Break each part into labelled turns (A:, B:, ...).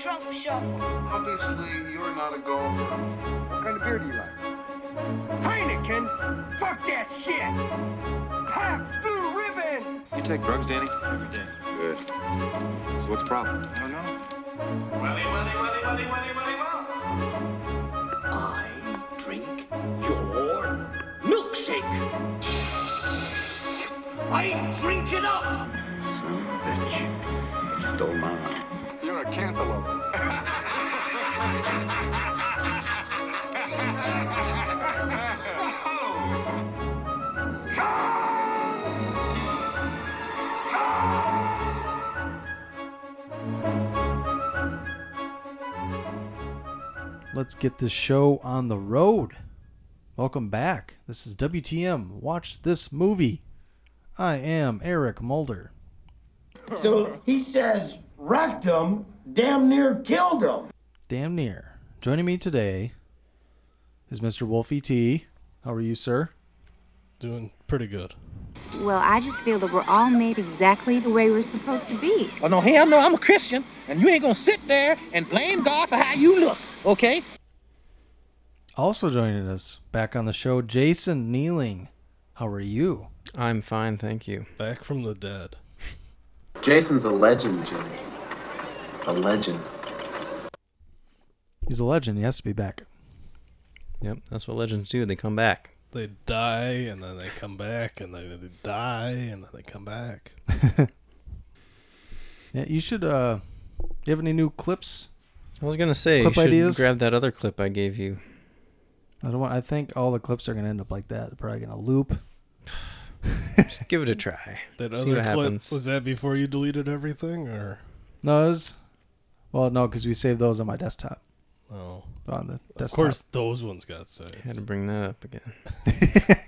A: shovel.
B: Obviously, you're not a golfer.
C: What kind of beer do you like? Heineken? Fuck that shit! Pops, blue ribbon!
D: You take drugs, Danny?
E: Every day.
D: Good. So what's the problem?
E: I don't know.
F: Willy, willy, willy, willy, willy, willy, well.
G: I drink your milkshake. I drink it up.
C: Son of a bitch. Stole mine.
B: You're a cantaloupe.
H: Let's get this show on the road. Welcome back. This is WTM. Watch this movie. I am Eric Mulder.
I: So he says, wrecked him, damn near killed him.
H: Damn near. Joining me today is Mr. Wolfie T. How are you, sir?
J: Doing pretty good.
A: Well, I just feel that we're all made exactly the way we're supposed to be.
G: Oh no, hell no, I'm a Christian, and you ain't gonna sit there and blame God for how you look, okay?
H: Also joining us back on the show, Jason Kneeling. How are you?
K: I'm fine, thank you.
J: Back from the dead.
L: Jason's a legend, Jimmy. A legend.
H: He's a legend. He has to be back.
K: Yep, that's what legends do. They come back.
J: They die and then they come back and then they die and then they come back.
H: Yeah, you should. uh Do you have any new clips?
K: I was gonna say
H: Clip
K: you should
H: ideas?
K: grab that other clip I gave you.
H: I don't want. I think all the clips are gonna end up like that. They're probably gonna loop.
K: Just give it a try.
J: That
K: See
J: other
K: what
J: clip
K: happens.
J: was that before you deleted everything or
H: No, it was, well, no, because we saved those on my desktop.
J: no?
H: On the desktop.
J: Oh, Of course, those ones got saved.
K: had to bring that up again.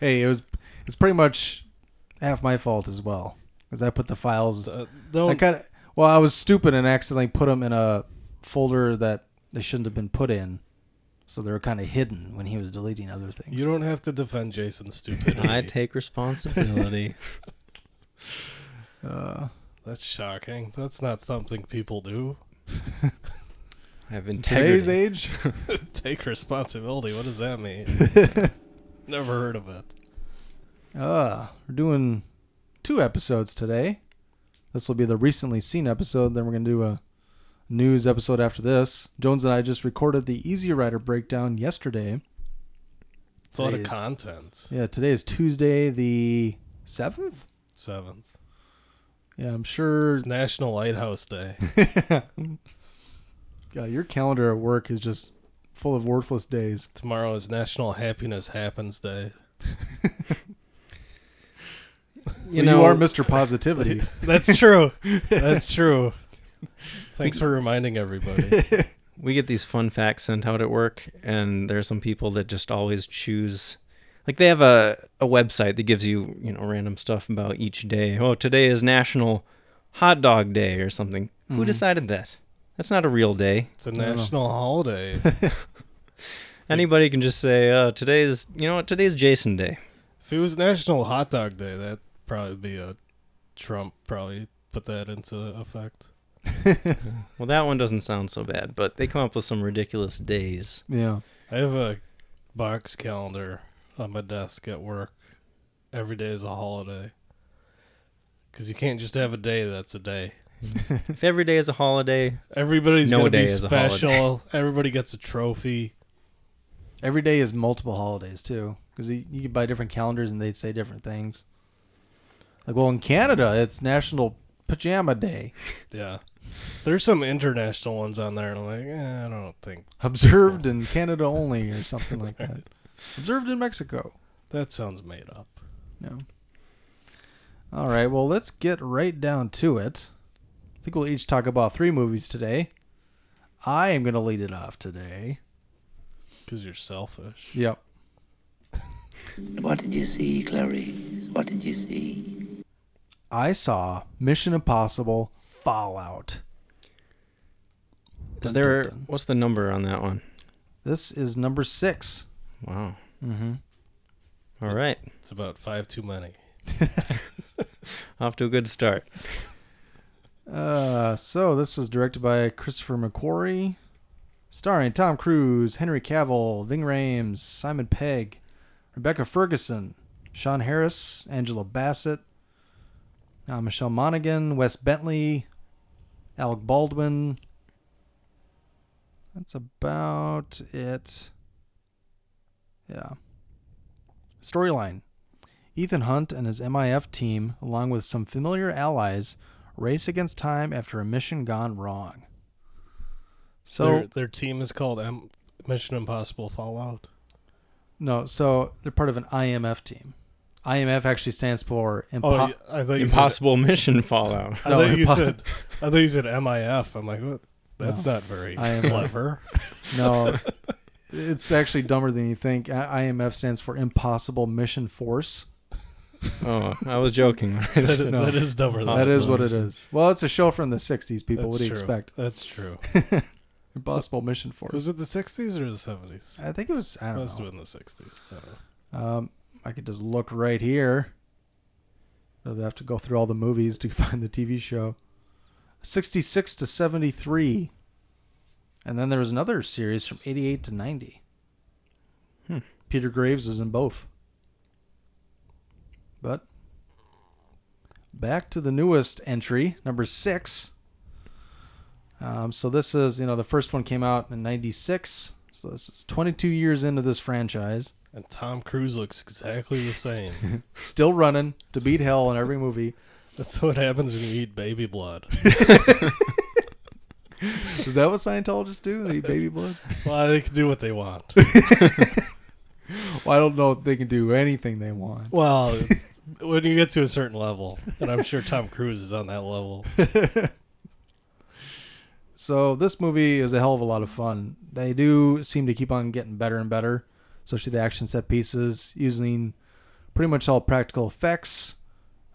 H: Hey, it was. It's pretty much half my fault as well, because I put the files.
J: Uh,
H: I
J: don't
H: kind of. Well, I was stupid and accidentally put them in a folder that they shouldn't have been put in, so they were kind of hidden when he was deleting other things.
J: you don't have to defend Jason's stupidity.
K: I take responsibility.
J: That's shocking. That's not something people do.
K: I have
H: Today's
K: integrity.
H: age.
J: take responsibility. What does that mean? Never heard of it.
H: Ah, we're doing two episodes today. This will be the recently seen episode. Then we're gonna do a news episode after this. Jones and I just recorded the Easy Rider breakdown yesterday.
J: It's a lot of
H: Hey.
J: content.
H: Yeah, today is Tuesday the seventh.
J: Seventh.
H: Yeah, I'm sure.
J: It's National Lighthouse Day.
H: Yeah, uh, your calendar at work is just full of worthless days.
J: Tomorrow is National Happiness Happens Day.
H: You,
K: know-
H: are Mr. Positivity.
J: That's true. That's true. Thanks for reminding everybody.
K: we get these fun facts sent out at work and there are some people that just always choose like they have a, a website that gives you you know random stuff about each day oh today is national hot dog day or something who decided that that's not a real day
J: Mm-hmm. It's a national holiday.
K: anybody can just say uh, today's you know what today's jason day
J: If it was National Hot Dog Day, that'd probably be a Trump probably put that into effect.
K: well that one doesn't sound so bad but they come up with some ridiculous days
H: yeah.
J: I have a box calendar on my desk at work. Every day is a holiday. Because you can't just have a day that's a day.
K: if every day is a holiday
J: Everybody's
K: No
J: going to
K: day
J: be
K: is a holiday.
J: special. Everybody gets a trophy.
H: Every day is multiple holidays too, because you you could buy different calendars and they'd say different things. Like, well, in Canada, it's National Pajama Day.
J: Yeah. There's some international ones on there, and I'm like, eh, I don't think
H: observed in Canada only or something like that. Observed in Mexico.
J: that sounds made up.
H: No. All right, well, let's get right down to it. I think we'll each talk about three movies today. I am going to lead it off today.
J: Because you're selfish.
H: Yep.
G: What did you see, Clarice? What did you see?
H: I saw Mission Impossible Fallout. Dun, dun,
K: is there
H: dun.
K: what's the number on that one
H: This is number six.
K: wow mm-hmm. all right
J: It's about five too many.
K: off to a good start
H: Uh, so this was directed by Christopher McQuarrie, starring Tom Cruise, Henry Cavill, Ving Rhames, Simon Pegg, Rebecca Ferguson, Sean Harris, Angela Bassett, uh, Michelle Monaghan, Wes Bentley, Alec Baldwin. That's about it. Yeah. Storyline. Ethan Hunt and his MIF team, along with some familiar allies, race against time after a mission gone wrong. So
J: their, their team is called M- Mission Impossible Fallout.
H: no, so they're part of an IMF team. IMF actually stands for
J: Oh,
H: impo-
J: yeah, I thought you
K: Impossible Mission Fallout.
J: I
H: No,
J: thought you
H: impo-
J: said I thought you said MIF. I'm like, what? That's not very
H: IMF.
J: clever.
H: No, it's actually dumber than you think. I- IMF stands for Impossible Mission Force.
K: Oh, I was joking. that,
J: is- that is dumber than
H: That is
J: Impossible
H: what it
J: Mission.
H: is. Well, it's a show from the '60s. People,
J: That's
H: what do you
J: true.
H: expect?
J: That's true.
H: Impossible Mission Force.
J: Was it the 60s or the 70s?
H: I think it was. I don't
J: Must
H: know.
J: have been the 60s. I don't know.
H: Um, I could just look right here. I'd have to go through all the movies to find the TV show. 66 to 73. And then there was another series from 88 to 90.
K: Hmm.
H: Peter Graves was in both. But back to the newest entry, number six. Um, so this is, you know, the first one came out in 96. So this is 22 years into this franchise
J: And Tom Cruise looks exactly the same.
H: still running to beat hell in every movie.
J: That's what happens when you eat baby blood.
H: Is that what Scientologists do? They eat baby blood?
J: Well, they can do what they want.
H: Well, I don't know if they can do anything they want.
J: Well, it's- when you get to a certain level, and I'm sure Tom Cruise is on that level.
H: So this movie is a hell of a lot of fun. They do seem to keep on getting better and better, especially the action set pieces, using pretty much all practical effects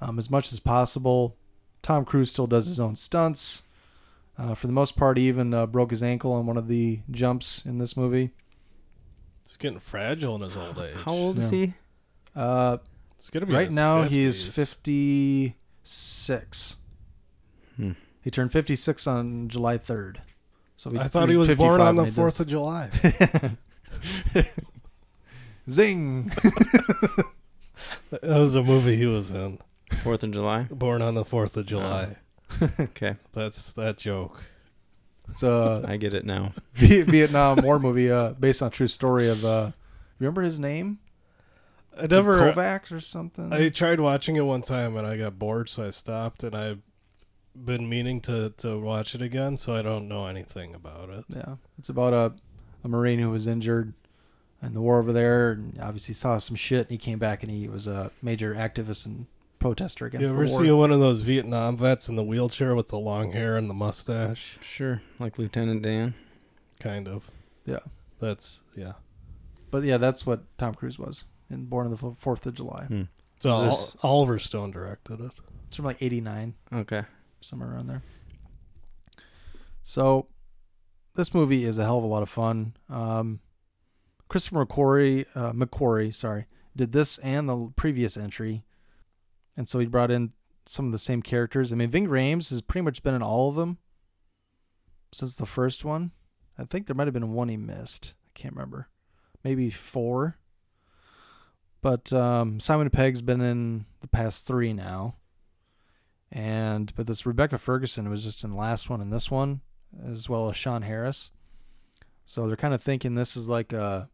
H: um, as much as possible. Tom Cruise still does his own stunts. Uh, for the most part, he even uh, broke his ankle on one of the jumps in this movie.
J: He's getting fragile in his old age.
K: How old is
H: Yeah.
K: he?
H: Uh,
J: It's gonna be in
H: right
J: his
H: now
J: 50s.
H: he is 56
K: Hmm.
H: he turned 56 on july 3rd so
J: I thought he was born on the Fourth of July.
H: zing
J: that was a movie he was in.
K: Fourth of July. Oh.
J: Born on the Fourth of July.
K: Okay,
J: That's that joke.
H: it's a
K: I get it now.
H: V- vietnam war movie uh, based on a true story of uh, remember his name
J: I never.
H: kovacs or something
J: I tried watching it one time and I got bored, so I stopped. And I've been meaning to to watch it again, so I don't know anything about it.
H: yeah it's about a, a marine who was injured in the war over there and obviously saw some shit and he came back and he was a major activist and protester against
J: You
H: the
J: ever
H: war
J: see one of those Vietnam vets in the wheelchair with the long hair and the mustache?
K: Sure, like Lieutenant Dan.
J: Kind of.
H: Yeah.
J: That's yeah.
H: But yeah, that's what Tom Cruise was in Born on the Fo- Fourth of July.
K: Hmm.
J: So
K: Is
J: Ol-
K: this-
J: Oliver Stone directed it.
H: It's from like '89,
K: Okay.
H: somewhere around there. So, this movie is a hell of a lot of fun. Um, Christopher McQuarrie, uh, McQuarrie, sorry, did this and the previous entry, and so he brought in some of the same characters. I mean, Ving Rhames has pretty much been in all of them since the first one. I think there might have been one he missed. I can't remember. Maybe four. But um, Simon Pegg's been in the past three now. And but this Rebecca Ferguson was just in the last one and this one, as well as Sean Harris. So they're kind of thinking this is like a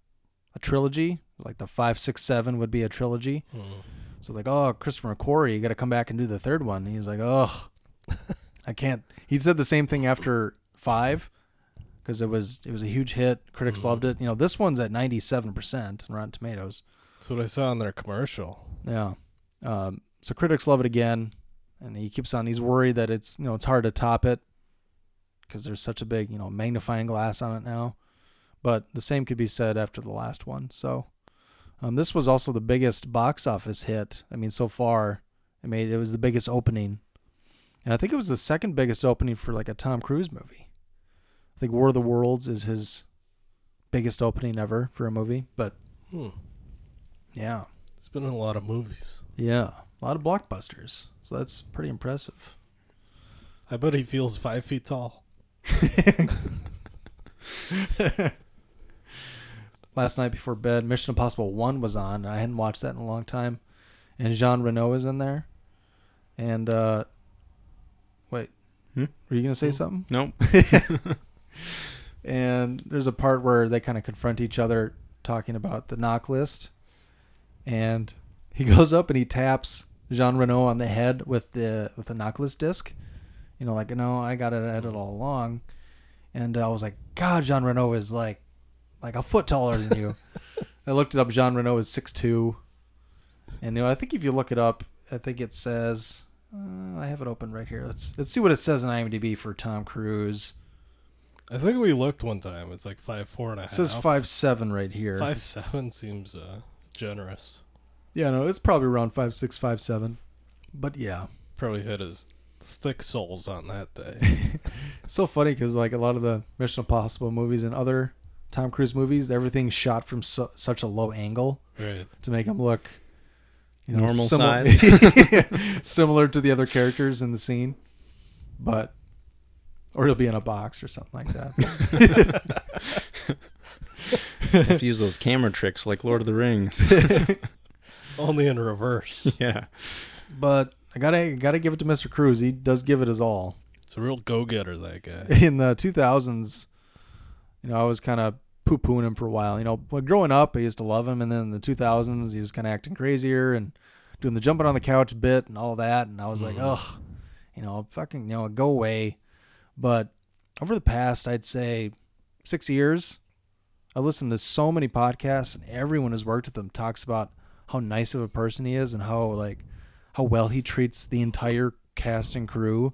H: a trilogy, like the five, six, seven would be a trilogy.
J: Mm-hmm.
H: So like, oh, Christopher McQuarrie, you got to come back and do the third one. And he's like, oh, I can't. He said the same thing after five, because it was it was a huge hit. Critics
J: Mm-hmm.
H: loved it. You know, this one's at ninety seven percent on Rotten Tomatoes.
J: That's what I saw in their commercial.
H: Yeah. Um, so critics love it again, and he keeps on. He's worried that it's you know it's hard to top it because there's such a big you know magnifying glass on it now. But the same could be said after the last one. So um, this was also the biggest box office hit. I mean, so far, I mean, it was the biggest opening, and I think it was the second biggest opening for like a Tom Cruise movie. I think War of the Worlds is his biggest opening ever for a movie. But
J: Hmm.
H: yeah.
J: It's been in a lot of movies.
H: Yeah, a lot of blockbusters. So that's pretty impressive.
J: I bet he feels five feet tall.
H: Last night before bed, Mission Impossible 1 was on. and I hadn't watched that in a long time. And Jean Reno is in there. And, uh, wait. Were you going to say something?
K: Nope.
H: and there's a part where they kind of confront each other talking about the knock list. And he goes up and he taps Jean Reno on the head with the with the knock list disc. You know, like, no, I got it at it all along. And I was like, God, Jean Reno is like like a foot taller than you. I looked it up. Jean Reno is 6'2". And you know, I think if you look it up, I think it says uh, I have it open right here. Let's let's see what it says on IMDb for Tom Cruise.
J: I think we looked one time. It's like five four and a half.
H: It
K: Oh,
H: says five seven right here.
J: Five seven seems uh, generous.
H: Yeah, no, it's probably around five six five seven. But yeah,
J: Probably hit his thick soles on that day.
H: it's so funny because like a lot of the Mission Impossible movies and other Tom Cruise movies, everything's shot from so, such a low angle
J: right.
H: to make him look you know,
K: Normal
H: similar-
K: size.
H: similar to the other characters in the scene. But or he'll be in a box or something like that.
K: have to use those camera tricks like Lord of the Rings.
J: Only in reverse.
K: yeah.
H: but I gotta gotta give it to Mr. Cruz. He does give it his all.
J: It's a real go getter, that guy.
H: in the 2000s, you know, I was kind of poo pooing him for a while. You know, but growing up, I used to love him, and then in the 2000s, he was kind of acting crazier and doing the jumping on the couch bit and all that, and I was like, ugh, you know, fucking, you know, go away. But over the past, I'd say six years, I've listened to so many podcasts, and everyone who's worked with him talks about how nice of a person he is and how like how well he treats the entire cast and crew.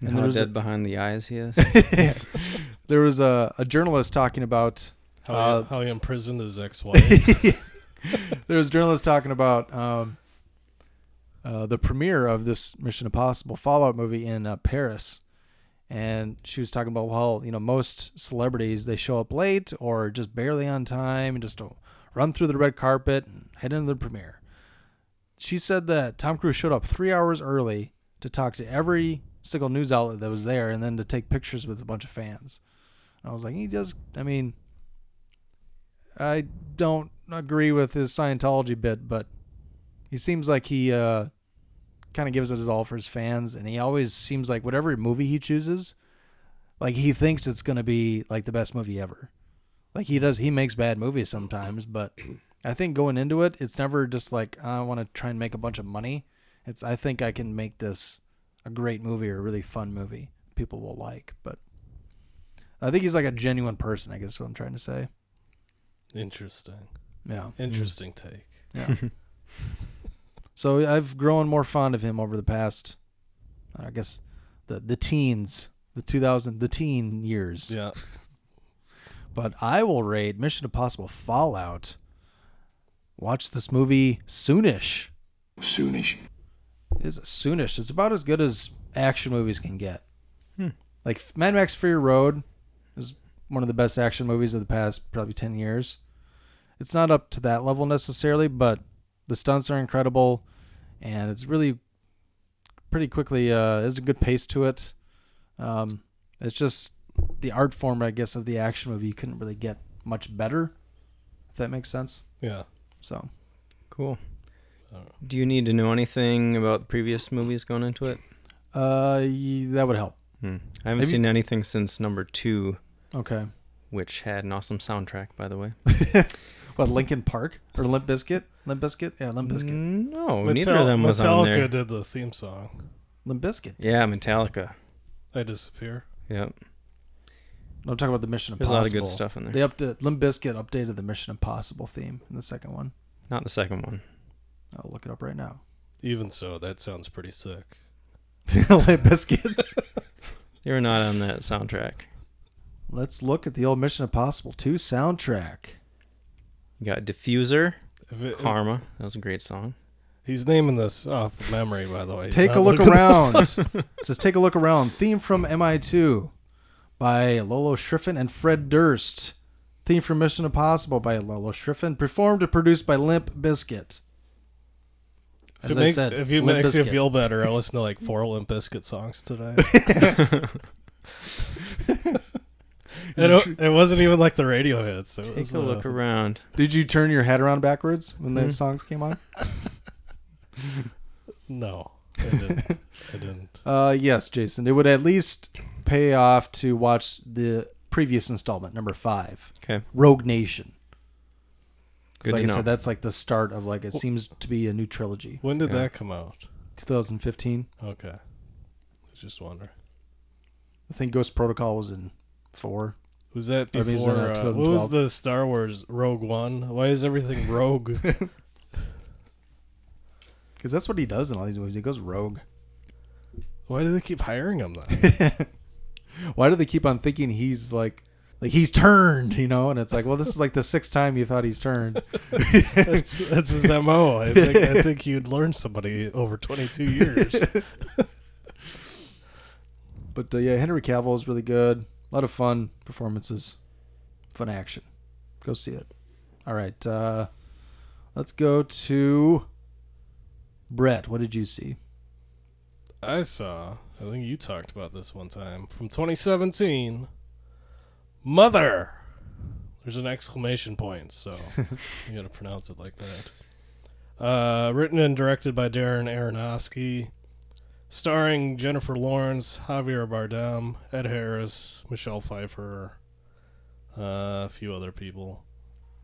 K: And, how
H: there's a-
K: dead behind the eyes he is.
H: there was a, a journalist talking about
J: How,
H: uh,
J: he, how he imprisoned his ex wife.
H: there was a journalist talking about um, uh, the premiere of this Mission Impossible Fallout movie in uh, Paris, and she was talking about well, you know, most celebrities they show up late or just barely on time and just don't run through the red carpet and head into the premiere. She said that Tom Cruise showed up three hours early to talk to every single news outlet that was there, and then to take pictures with a bunch of fans. And I was like, he does. I mean, I don't agree with his Scientology bit, but he seems like he uh, kind of gives it his all for his fans, and he always seems like whatever movie he chooses, like he thinks it's gonna be like the best movie ever. Like he does, he makes bad movies sometimes, but I think going into it, it's never just like I want to try and make a bunch of money. It's I think I can make this a great movie or a really fun movie people will like. But I think he's like a genuine person. I guess is what I'm trying to say.
J: Interesting.
H: Yeah. Mm.
J: Interesting take.
H: So I've grown more fond of him over the past, I guess, the the teens, the 2000, the teen years.
J: Yeah.
H: But I will rate Mission Impossible Fallout. Watch this movie soonish.
I: Soonish.
H: It is soonish. It's about as good as action movies can get. Like Mad Max Fury Road is one of the best action movies of the past probably 10 years. It's not up to that level necessarily, but the stunts are incredible and it's really pretty quickly uh there's a good pace to it. Um it's just the art form I guess of the action movie you couldn't really get much better if that makes sense.
J: Yeah.
H: So
K: Cool. Do you need to know anything about the previous movies going into it?
H: uh y- that would help.
K: Hmm. I haven't
H: Have you-
K: seen anything since number two,
H: Okay.
K: which had an awesome soundtrack, by the way.
H: What Lincoln Park or Limp Biscuit? Limp Biscuit? Yeah, Limp Biscuit.
K: No,
J: Metal-
K: neither of them was on
J: Metallica
K: there.
J: did the theme song.
K: Mm-hmm.
H: Limp Biscuit.
K: Yeah, Metallica.
J: I disappear.
K: Yep.
H: No, I'm talking about the Mission
K: There's
H: Impossible.
K: a lot of good stuff in there.
H: They updated Limp Biscuit updated the Mission Impossible theme in the second one.
K: Not the second one.
H: I'll look it up right now.
J: Even so, that sounds pretty sick.
H: Limp Biscuit.
K: They were not on that soundtrack.
H: Let's look at the old Mission Impossible 2 soundtrack.
K: You got Diffuser,
J: If it-
K: Karma. That was a great song.
J: he's naming this off of memory, by the way. He's
H: Take
J: not
H: a look
J: looking-
H: around. it says take a look around. Theme from MI2 by Lolo Schriffen and Fred Durst. Theme from Mission Impossible by Lolo Schriffen. Performed and produced by Limp Biscuit.
K: If
H: As
K: it
H: I
K: makes
H: said,
K: if it
H: Limp
K: makes you
H: Bizkit.
K: feel better, I listen to like four Limp Bizkit songs today. it, o- it wasn't even like the radio hits. It was, uh,
J: around.
H: Did you turn your head around backwards when the
K: Hmm.
H: songs came on?
K: No, I didn't. I didn't.
H: Uh, yes, Jason. It would at least pay off to watch the previous installment, number five.
J: Okay.
H: Rogue Nation.
J: Good
H: 'Cause like
J: to
H: I
J: know.
H: said, that's like the start of like it seems to be a new trilogy.
K: When did that come out?
H: 2015.
K: Okay, I was just wondering.
H: I think Ghost Protocol was in four.
K: Was that
H: Or maybe it was in, uh,
K: before? uh, what was
H: 2012.
K: the Star Wars Rogue One? Why is everything rogue?
H: Because that's what he does in all these movies. He goes rogue.
K: Why do they keep hiring him then?
H: Why do they keep on thinking he's like, like he's turned, you know? And it's like, well, this is like the sixth time you thought he's turned.
K: that's, that's his mo. I think I think you'd learn somebody over twenty two years.
H: But uh, yeah, Henry Cavill is really good. A lot of fun performances, fun action. Go see it. All right, uh, let's go to Brett. What did you see?
K: I saw. I think you talked about this one time from twenty seventeen. Mother. There's an exclamation point, so you got to pronounce it like that. Uh, written and directed by Darren Aronofsky, starring Jennifer Lawrence, Javier Bardem, Ed Harris, Michelle Pfeiffer, uh, a few other people.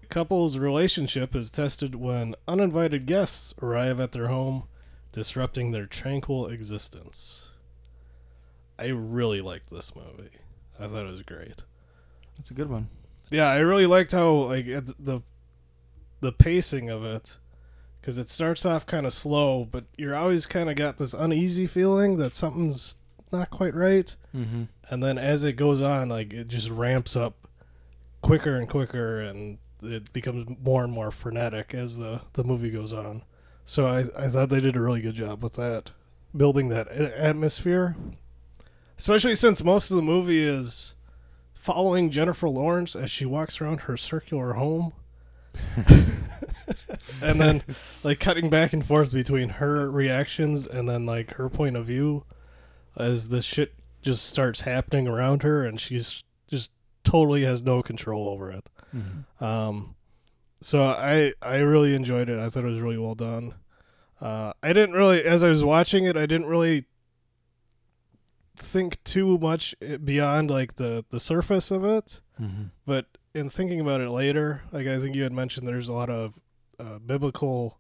K: A couple's relationship is tested when uninvited guests arrive at their home, disrupting their tranquil existence. I really liked this movie. I thought it was great.
H: That's a good one.
K: Yeah, I really liked how like it, the the pacing of it because it starts off kind of slow, but you're always kind of got this uneasy feeling that something's not quite right.
H: Mhm.
K: And then as it goes on, like it just ramps up quicker and quicker, and it becomes more and more frenetic as the the movie goes on. So I I thought they did a really good job with that, building that a- atmosphere, especially since most of the movie is following Jennifer Lawrence as she walks around her circular home and then like cutting back and forth between her reactions and then like her point of view as the shit just starts happening around her and she's just totally has no control over it um so i i really enjoyed it i thought it was really well done uh i didn't really as i was watching it i didn't really think too much beyond like the the surface of it
H: Mhm.
K: but in thinking about it later like i think you had mentioned there's a lot of uh, biblical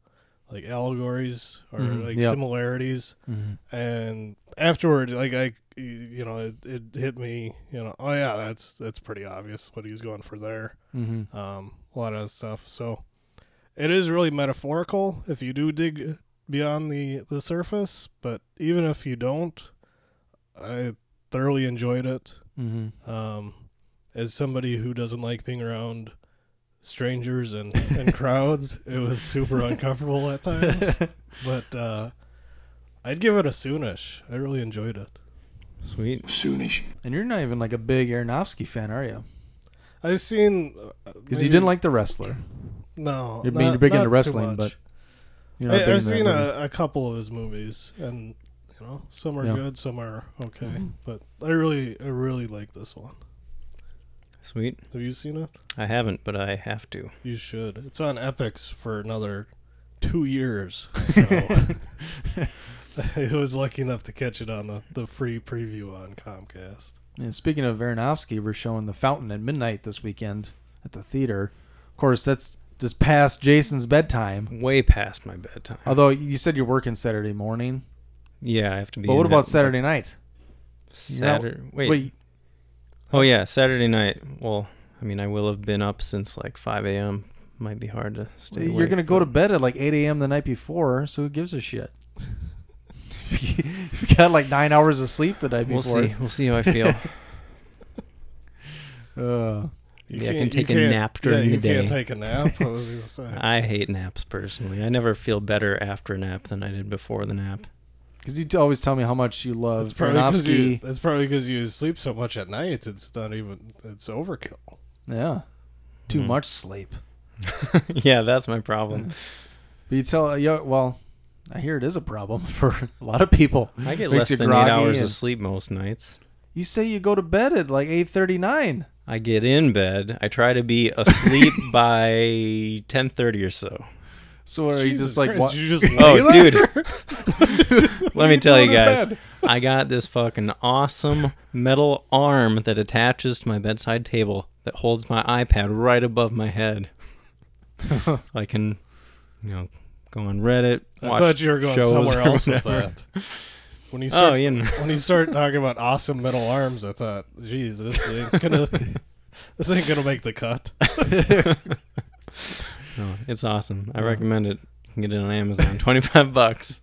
K: like allegories or
H: Mhm,
K: like
H: yep.
K: similarities
H: Mhm.
K: and afterward like i you know it, it hit me you know oh yeah that's that's pretty obvious what he was going for there
H: Mhm.
K: um a lot of stuff so it is really metaphorical if you do dig beyond the the surface but even if you don't i thoroughly enjoyed it
H: Mhm.
K: um as somebody who doesn't like being around strangers and, and crowds it was super uncomfortable at times but uh i'd give it a soonish i really enjoyed it
J: Sweet.
H: Soonish. And you're not even like a big Aronofsky fan, are you?
K: I've seen uh,
H: Because you didn't like The Wrestler.
K: No,
H: I mean,
K: not-
H: you're big
K: not
H: into
K: too
H: wrestling,
K: much.
H: but you're not
K: I,
H: big
K: I've
H: into that
K: seen
H: movie.
K: a, a couple of his movies, and you know, some are
H: Yeah.
K: good, some are okay.
H: Mm-hmm.
K: But I really, I really like this one.
J: Sweet.
K: Have you seen it?
J: I haven't, but I have to.
K: You should. It's on Epics for another two years. So I was lucky enough to catch it on the, the free preview on Comcast.
H: And speaking of Aronofsky, we're showing The Fountain at midnight this weekend at the theater. Of course, that's just past Jason's bedtime.
J: Way past my bedtime.
H: Although you said you're working Saturday morning.
J: Yeah, I have to be.
H: But what
J: in
H: about
J: at-
H: Saturday night?
J: Saturday.
H: No,
J: wait. Oh yeah, Saturday night. Well, I mean, I will have been up since like 5 a.m. Might be hard to stay.
H: You're
J: awake,
H: gonna go to
J: but-
H: bed at like 8 a.m. the night before, so who gives a shit? you got like nine hours of sleep the night
J: We'll
H: before.
J: see. We'll see how I feel.
H: uh,
J: Maybe I can
K: can't-
J: take
K: you
J: a
K: can't-
J: nap during
K: yeah,
J: the day.
K: You can't take a nap. I was gonna say.
J: I hate naps personally. I never feel better after a nap than I did before the nap.
H: Because you always tell me how much you love
K: That's probably because you.
H: Aronofsky.
K: That's probably because you sleep so much at night. It's not even. It's overkill.
H: Yeah, too
J: Mhm.
H: much sleep.
J: yeah, that's my problem.
H: But you tell yeah, well, I hear it is a problem for a lot of people.
K: I get
H: Makes
K: less
H: you
K: than eight
H: groggy
K: hours
H: and-
K: of sleep most nights.
H: You say you go to bed at like eight thirty nine.
K: I get in bed. I try to be asleep by ten thirty or so.
H: So are you
J: Jesus
H: just like
J: Christ,
H: wa-
J: you just
K: Oh,
J: lay
K: dude.
J: there?
K: Let me
J: You
K: tell
J: go
K: you
J: to
K: guys,
J: bed.
K: I got this fucking awesome metal arm that attaches to my bedside table that holds my iPad right above my head. so I can, you know, go on Reddit.
J: I
K: watch
J: thought you were going
K: shows
J: somewhere
K: or
J: else with
K: whatever.
J: that. When you
K: Oh,
J: start,
K: you know.
J: when you start talking about awesome metal arms, I thought, geez, this ain't gonna this ain't gonna make the cut.
K: No, it's awesome. I recommend it. You can get it on Amazon. 25 bucks.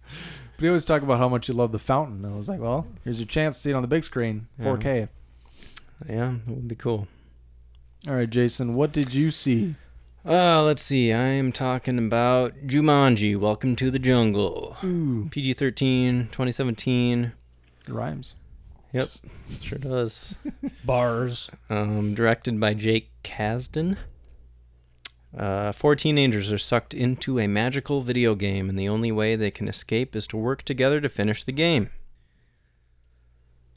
H: But you always talk about how much you love the fountain. And I was like, well, here's your chance to see it on the big screen,
K: Yeah.
H: 4K.
K: Yeah, it would be cool.
H: All right, Jason, what did you see?
K: Uh, let's see. I am talking about Jumanji, Welcome to the Jungle.
H: Ooh,
K: PG 13, 2017.
H: it rhymes.
K: Yep, sure does.
J: Bars.
K: Um, directed by Jake Kasdan. Uh, four teenagers are sucked into a magical video game, and the only way they can escape is to work together to finish the game.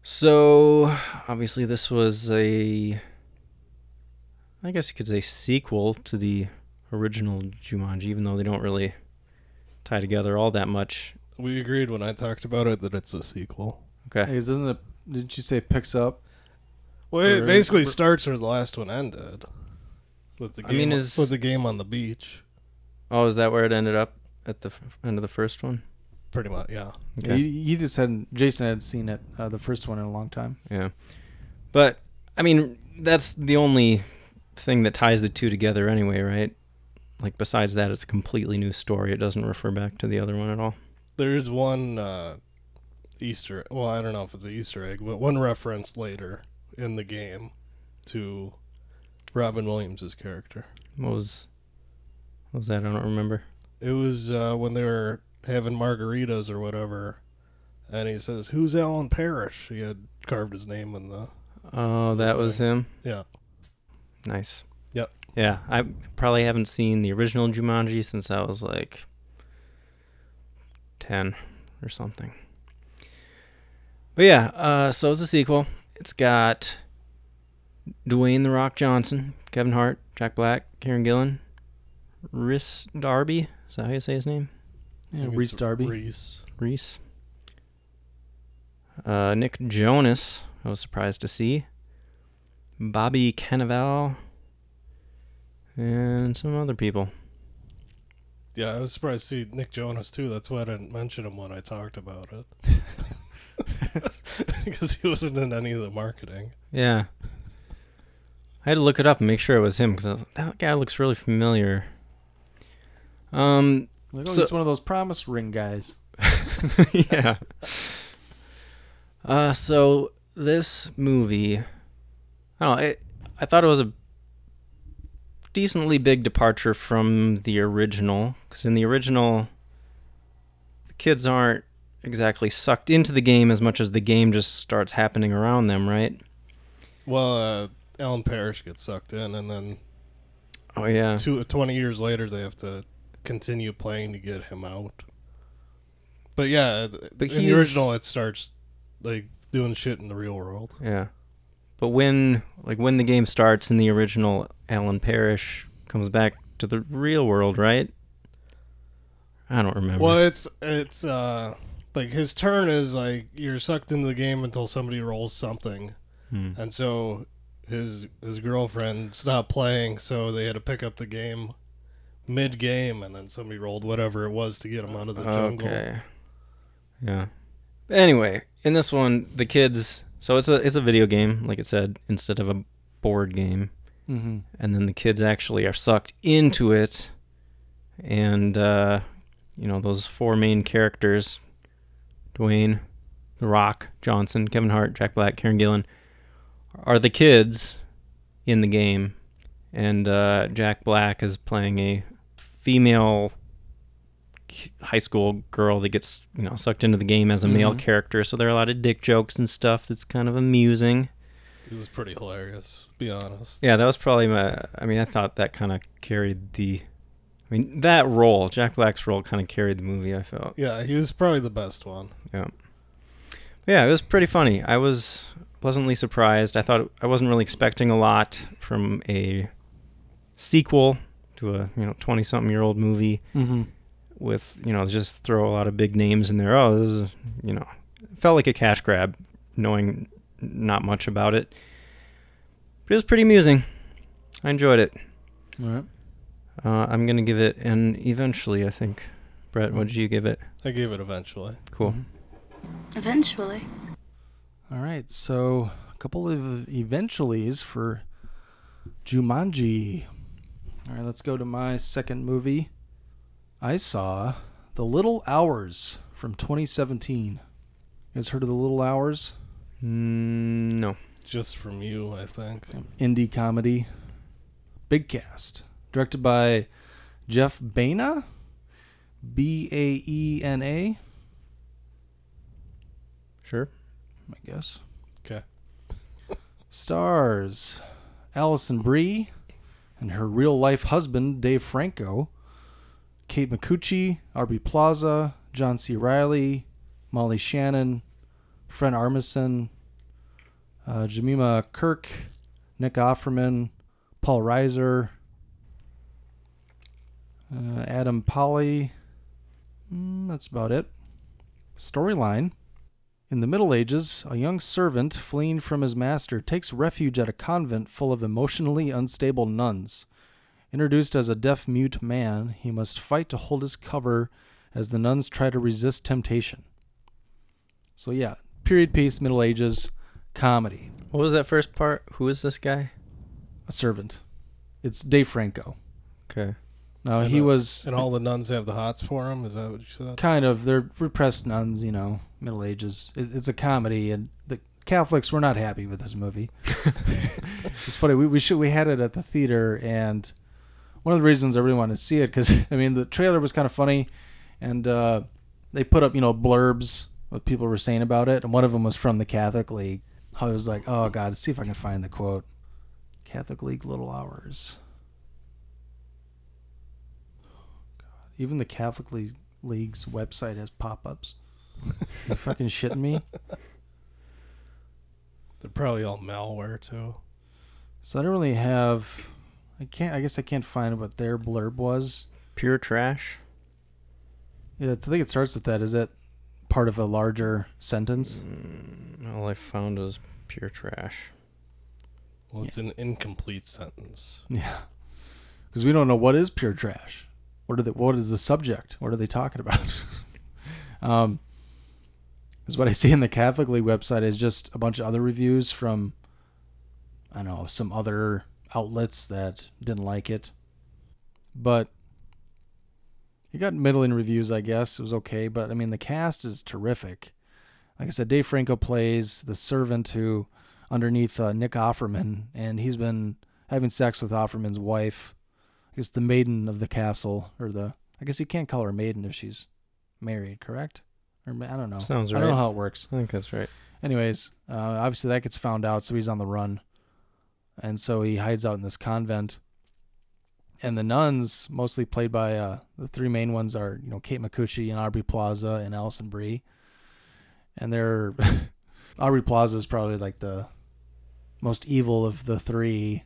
K: So, obviously, this was a. I guess you could say sequel to the original Jumanji, even though they don't really tie together all that much.
J: We agreed when I talked about it that it's a sequel.
K: Okay.
H: Hey, doesn't it? Didn't you say it picks up?
J: Well, it
H: Or-
J: basically
H: or-
J: starts where the last one ended, with the
K: I
J: game
K: mean, is-
J: with the game on the beach,
K: Oh, is that where it ended up at the f- end of the first one?
J: pretty much. Yeah,
K: Okay.
H: You, you just hadn't. Jason hadn't seen it, uh, the first one in a long time.
K: Yeah. But I mean, that's the only thing that ties the two together anyway, right? Like besides that it's a completely new story. It doesn't refer back to the other one at all.
J: there's one uh, Easter. Well, I don't know if it's an Easter egg, but one reference later in the game to Robin Williams' character.
K: What was what was that? I don't remember.
J: It was uh, when they were having margaritas or whatever, and he says, "Who's Alan Parrish?" He had carved his name in the
K: Oh, that was him.
J: yeah.
K: Nice.
J: Yep.
K: Yeah, I probably haven't seen the original Jumanji since I was like 10 or something. But yeah, uh, so it's a sequel. It's got Dwayne The Rock Johnson, Kevin Hart, Jack Black, Karen Gillan, Rhys Darby. Is that how you say his name?
J: I think it's
H: Reese Darby.
J: Reese.
K: Reese. Uh, Nick Jonas, I was surprised to see. Bobby Cannavale. And some other people.
J: Yeah, I was surprised to see Nick Jonas too. That's why I didn't mention him when I talked about it. Because he wasn't in any of the marketing.
K: Yeah. I had to look it up and make sure it was him because I was like, that guy looks really familiar. Um,
H: Like, oh,
K: So-
H: he's one of those promise ring guys.
K: yeah. Uh, so this movie, I don't know. It, I thought it was a decently big departure from the original, because in the original, the kids aren't exactly sucked into the game as much as the game just starts happening around them, right?
J: Well, uh, Alan Parrish gets sucked in, and then
K: Oh yeah.
J: two, 20 years later, they have to continue playing to get him out. But yeah, th-
K: But
J: in the
K: he's-
J: original, it starts like doing shit in the real world.
K: Yeah. But when like when the game starts in the original, Alan Parrish comes back to the real world, right? I don't remember.
J: Well, it's it's uh like his turn is like you're sucked into the game until somebody rolls something,
K: Hmm.
J: and so his his girlfriend stopped playing, so they had to pick up the game mid game, and then somebody rolled whatever it was to get him out of the jungle.
K: Okay. Yeah. Anyway, in this one, the kids. So it's a it's a video game, like it said, instead of a board game.
H: Mm-hmm.
K: and then the kids actually are sucked into it and uh, you know those four main characters dwayne the rock johnson kevin hart jack black karen gillan are the kids in the game and uh, jack black is playing a female k- high school girl that gets you know sucked into the game as a male
H: Mhm.
K: character so there are a lot of dick jokes and stuff that's kind of amusing
J: This is pretty hilarious. to Be honest.
K: yeah, that was probably my. I mean, I thought that kind of carried the. I mean, that role, Jack Black's role, kind of carried the movie. I felt.
J: Yeah, he was probably the best one.
K: Yeah. Yeah, it was pretty funny. I was pleasantly surprised. I thought I wasn't really expecting a lot from a sequel to a you know twenty something year old movie
J: Mm-hmm.
H: Mhm.
K: with you know just throw a lot of big names in there. Oh, this is you know felt like a cash grab, knowing not much about it. But it was pretty amusing. I enjoyed it.
H: All right.
K: Uh, I'm gonna give it an eventually. I think, Brett, what did you give it?
J: I gave it eventually.
K: Cool.
E: Eventually.
H: All right, so a couple of eventualies for Jumanji. All right, let's go to my second movie. I saw The Little Hours from 2017. You guys heard of The Little Hours?
K: Mm, no.
J: Just from you, I think.
H: Indie comedy. Big cast. Directed by Jeff Baena. B A E N A,
K: Sure.
H: I guess.
J: Okay.
H: stars Allison Brie and her real life husband, Dave Franco, Kate McCucci, Arby Plaza, John C. Riley, Molly Shannon, Fred Armisen, uh, Jemima Kirk, Nick Offerman, Paul Reiser, uh, Adam Polly. Mm, that's about it. Storyline. In the Middle Ages, a young servant fleeing from his master takes refuge at a convent full of emotionally unstable nuns. Introduced as a deaf mute man, he must fight to hold his cover as the nuns try to resist temptation. So, yeah, period piece, Middle Ages, comedy.
K: What was that first part? Who is this guy?
H: A servant. It's Dave Franco.
K: Okay.
H: Now,
J: And,
H: he
J: uh,
H: was
J: And all the nuns have the hots for him. Is that what you said?
H: kind of, they're repressed nuns, you know, Middle Ages. It, it's a comedy, and the Catholics were not happy with this movie. it's funny. We we should we had it at the theater, and one of the reasons I really wanted to see it because I mean the trailer was kind of funny, and uh, they put up you know blurbs what people were saying about it, and one of them was from the Catholic League. I was like, oh god, let's see if I can find the quote. Catholic League Little Hours. God, even the Catholic League, League's website has pop-ups. You fucking shitting me?
J: They're probably all malware too.
H: So I don't really have. I can't. I guess I can't find what their blurb was.
K: Pure trash.
H: Yeah, I think it starts with that. Is it part of a larger sentence?
K: All I found was pure trash.
J: Well, it's an incomplete sentence.
H: Yeah, because we don't know what is pure trash. What are the What is the subject? What are they talking about? um, is what I see in the Catholic League website is just a bunch of other reviews from, I don't know, some other outlets that didn't like it, but it got middling reviews. I guess it was okay, but I mean the cast is terrific. Like I said, Dave Franco plays the servant who, underneath uh, Nick Offerman, and he's been having sex with Offerman's wife. I guess the maiden of the castle, or the I guess you can't call her maiden if she's married, correct? Or ma- I don't know.
K: Sounds
H: I don't know
K: right.
H: how it works.
K: I think that's right.
H: Anyways, uh, obviously that gets found out, so he's on the run, and so he hides out in this convent. And the nuns, mostly played by uh, the three main ones, are you know Kate McCucci and Aubrey Plaza and Allison Brie, and they're Aubrey Plaza is probably like the most evil of the three.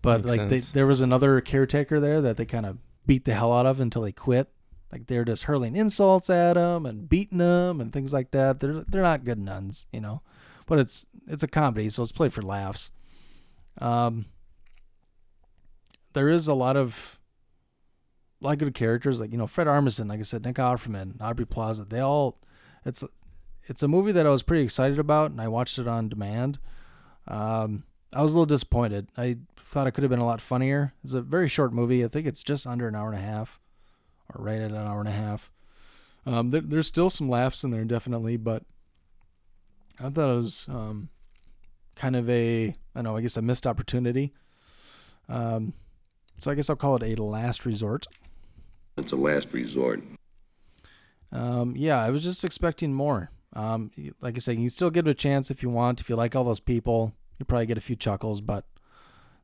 H: But
K: Makes
H: like they,
K: sense.
H: there was another caretaker there that they kind of beat the hell out of until they quit. Like they're just hurling insults at him and beating him and things like that. They're they're not good nuns, you know. But it's it's a comedy, so it's played for laughs. Um, there is a lot of a lot of good characters, like you know Fred Armisen, like I said, Nick Offerman, Aubrey Plaza. They all it's it's a movie that I was pretty excited about, and I watched it on demand. Um, I was a little disappointed. I thought it could have been a lot funnier. It's a very short movie. I think it's just under an hour and a half, or right at an hour and a half. Um, there, there's still some laughs in there, definitely, but I thought it was um, kind of a, I don't know, I guess a missed opportunity. Um, so I guess I'll call it a last resort.
M: It's a last resort.
H: Um, yeah, I was just expecting more. Um, y- like I said, you still get a chance if you want. If you like all those people, you probably get a few chuckles. But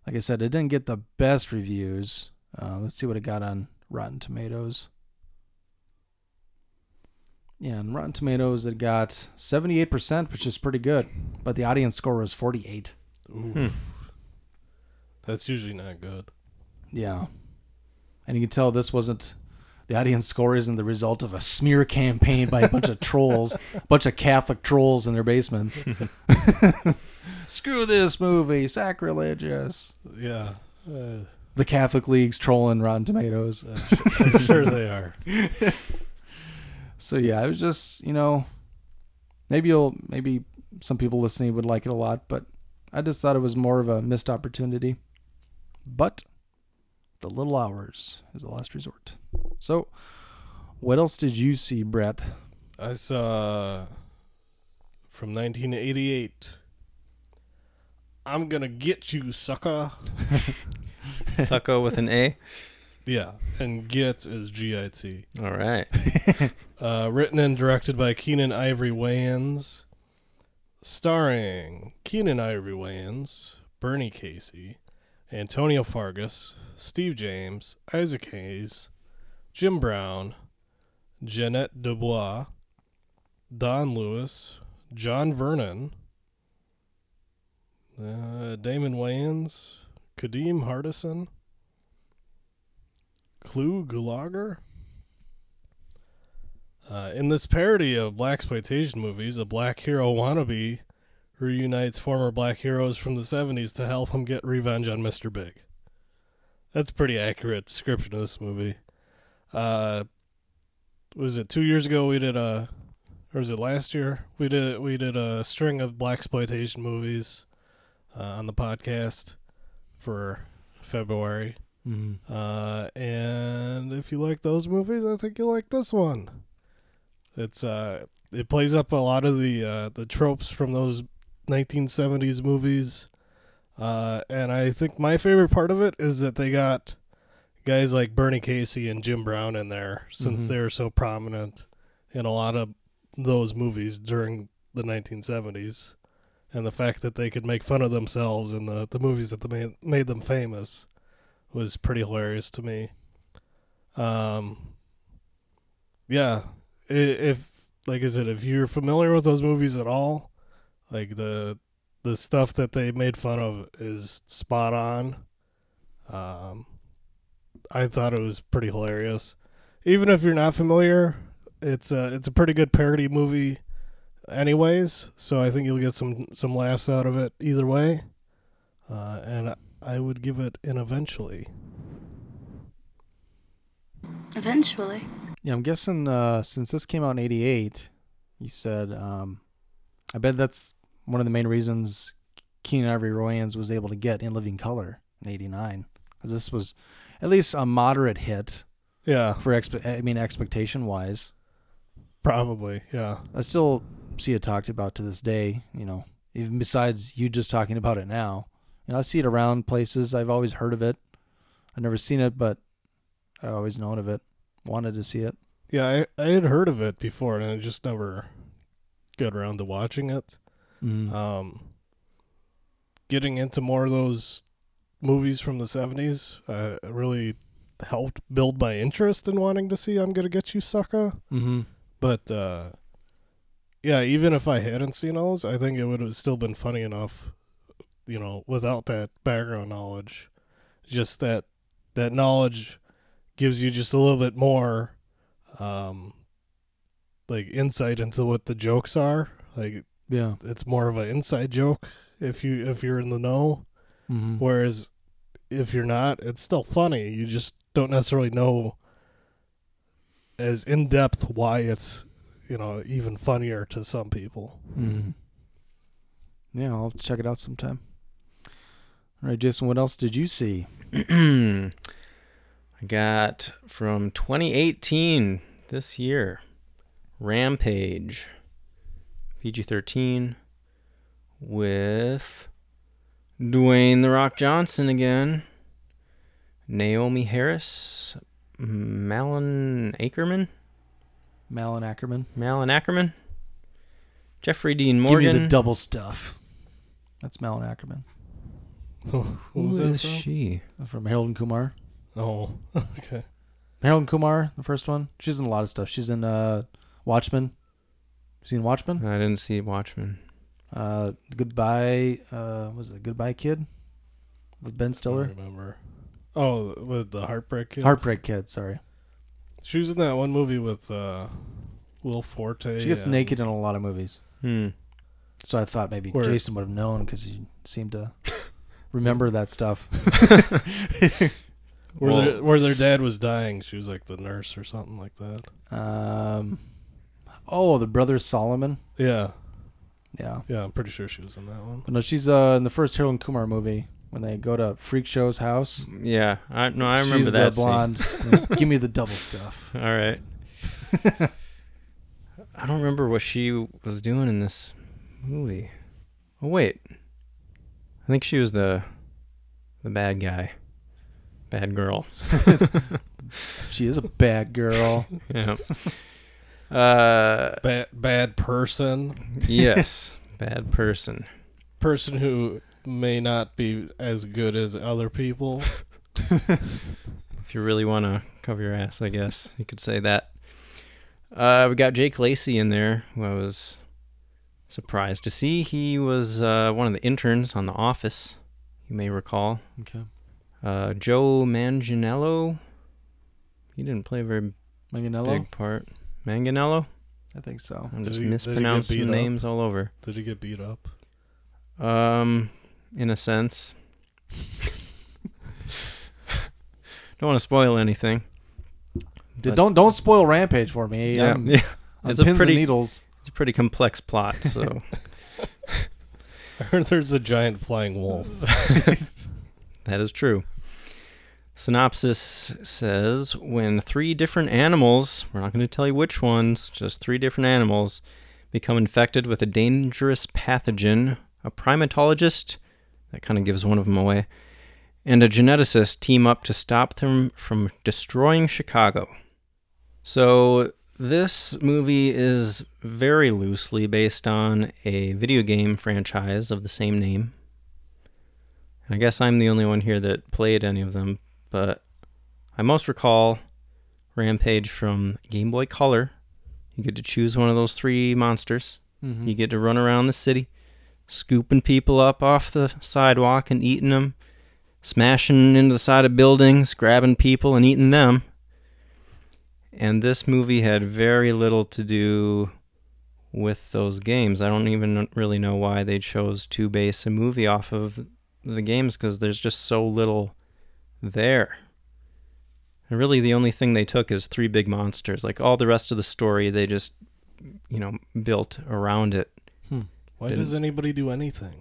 H: like I said, it didn't get the best reviews. Uh, let's see what it got on Rotten Tomatoes. Yeah, and Rotten Tomatoes it got 78%, which is pretty good, but the audience score was 48.
J: Ooh. That's usually not good.
H: Yeah. And you can tell this wasn't the audience score isn't the result of a smear campaign by a bunch of trolls, bunch of Catholic trolls in their basements. Screw this movie, sacrilegious.
J: Yeah. Uh,
H: The Catholic League's trolling Rotten Tomatoes.
J: I'm sure they are.
H: so yeah, it was just you know, maybe you'll maybe some people listening would like it a lot, but I just thought it was more of a missed opportunity. But the little hours is the last resort. So, what else did you see, Brett?
J: I saw from 1988. I'm gonna get you, sucker.
K: Sucko with an A.
J: Yeah, and get is G-I-T.
K: All right.
J: uh, written and directed by Keenan Ivory Wayans, starring Keenan Ivory Wayans, Bernie Casey, Antonio Fargas, Steve James, Isaac Hayes, Jim Brown, Jeanette Dubois, Don Lewis, John Vernon, uh, Damon Wayans, Kadeem Hardison, Clue Gulager. Uh, in this parody of black exploitation movies, a black hero wannabe reunites former black heroes from the 70s to help him get revenge on Mr. Big. That's a pretty accurate description of this movie. Uh, was it two years ago we did a, or was it last year we did we did a string of black exploitation movies uh, on the podcast for February.
H: Mhm.
J: Uh, and if you like those movies, I think you'll like this one. It's uh, it plays up a lot of the uh, the tropes from those 1970s movies, uh, and I think my favorite part of it is that they got guys like Bernie Casey and Jim Brown in there since
H: Mhm.
J: they're so prominent in a lot of those movies during the 1970s, and the fact that they could make fun of themselves in the the movies that they made, made them famous was pretty hilarious to me. Um, yeah, i- if like I said, if you're familiar with those movies at all, like the the stuff that they made fun of is spot on. Um, I thought it was pretty hilarious. Even if you're not familiar, it's a it's a pretty good parody movie, anyways. So I think you'll get some some laughs out of it either way. Uh, and I- I would give it an eventually.
E: Eventually.
H: Yeah, I'm guessing uh, since this came out in '88, you said um, I bet that's one of the main reasons Keenan Ivory Royans was able to get In Living Color in '89, because this was at least a moderate hit
J: Yeah,
H: for expe- I mean expectation wise.
J: probably. Yeah.
H: I still see it talked about to this day. You know, even besides you just talking about it now, you know, I see it around places. I've always heard of it. I've never seen it, but I always known of it. Wanted to see it.
J: Yeah, I, I had heard of it before and I just never got around to watching it.
H: Mm.
J: Um, getting into more of those movies from the 70s uh, really helped build my interest in wanting to see I'm Gonna Get You Sucker.
H: Mm-hmm.
J: But uh, yeah, even if I hadn't seen those, I think it would have still been funny enough, you know, without that background knowledge. Just that that knowledge gives you just a little bit more, um, like insight into what the jokes are. Like
H: Yeah.
J: it's more of an inside joke if you if you're in the know. Mm-hmm.
K: Mm-hmm.
H: Mhm.
J: Whereas if you're not, it's still funny. You just don't necessarily know as in depth why it's you know even funnier to some people.
H: Mm. Yeah, I'll check it out sometime. All right, Jason, what else did you see?
K: I got from 2018 this year Rampage PG 13 with Dwayne The Rock Johnson again, Naomi Harris, Malin Ackerman,
H: Malin Ackerman.
K: Malin Ackerman, Jeffrey Dean
H: Give me
K: Morgan.
H: the double stuff. That's Malin Ackerman uh,
J: Who
K: Who
J: was that
K: is
J: from?
K: she?
H: from Harold and Kumar.
J: Oh, okay.
H: Harold and Kumar, the first one. She's in a lot of stuff. She's in uh, Watchmen. You seen Watchmen?
K: I didn't see Watchmen.
H: Uh, Goodbye. Uh, what was it Goodbye Kid with Ben Stiller?
J: remember. Oh, with the Heartbreak Kid?
H: Heartbreak Kid. Sorry.
J: She was in that one movie with uh, Will Forte. uh,
H: She gets
J: and-
H: naked in a lot of movies.
K: Hmm.
H: So I thought maybe
J: Word.
H: Jason would have known because he seemed to remember that stuff.
J: Where,
K: Well-
J: their, where their dad was dying. She was like the nurse or something like that.
H: um, oh, the brothers Solomon.
J: Yeah.
H: Yeah.
J: Yeah, I'm pretty sure she was in that one.
H: But no, she's uh, in the first Harold and Kumar movie when they go to Freak Show's house.
K: Yeah, I no, I remember
H: She's the
K: that scene.
H: blonde. Yeah, Give me the double stuff.
K: All right. I don't remember what she was doing in this movie. Oh wait, I think she was the the bad guy, bad girl.
H: She is a bad girl.
K: yeah. Uh,
J: Bad, bad person.
K: yes, bad person.
J: Person who may not be as good as other people.
K: If you really want to cover your ass, I guess you could say that. Uh, we got Jake Lacey in there, who I was surprised to see. He was uh, one of the interns on The Office, you may recall.
H: Okay.
K: Uh, Joe Manganiello. He didn't play a very
H: Manganello?
K: big part. Manganiello?
H: I think so.
K: I'm
J: Did
K: just
J: he- did he get beat
K: mispronouncing
J: up?
K: names all over.
J: Did he get beat up?
K: Um, in a sense. Don't want to spoil anything.
H: D-
K: But-
H: don't don't spoil Rampage for me.
K: Yeah,
H: I'm,
K: yeah.
H: I'm
K: It's a
H: pins
K: pretty-
H: and needles.
K: It's a pretty complex plot, so
J: I heard there's a giant flying wolf.
K: that is true. Synopsis says when three different animals, we're not going to tell you which ones, just three different animals, become infected with a dangerous pathogen, a primatologist, that kind of gives one of them away, and a geneticist team up to stop them from destroying Chicago. So, this movie is very loosely based on a video game franchise of the same name. I guess I'm the only one here that played any of them, but I most recall Rampage from Game Boy Color. You get to choose one of those three monsters.
H: Mhm.
K: You get to run around the city, scooping people up off the sidewalk and eating them, smashing into the side of buildings, grabbing people and eating them. And this movie had very little to do with those games. I don't even really know why they chose to base a movie off of the games because there's just so little there. And really, the only thing they took is three big monsters. Like all the rest of the story, they just, you know, built around it.
J: Why
K: Didn't-
J: does anybody do anything?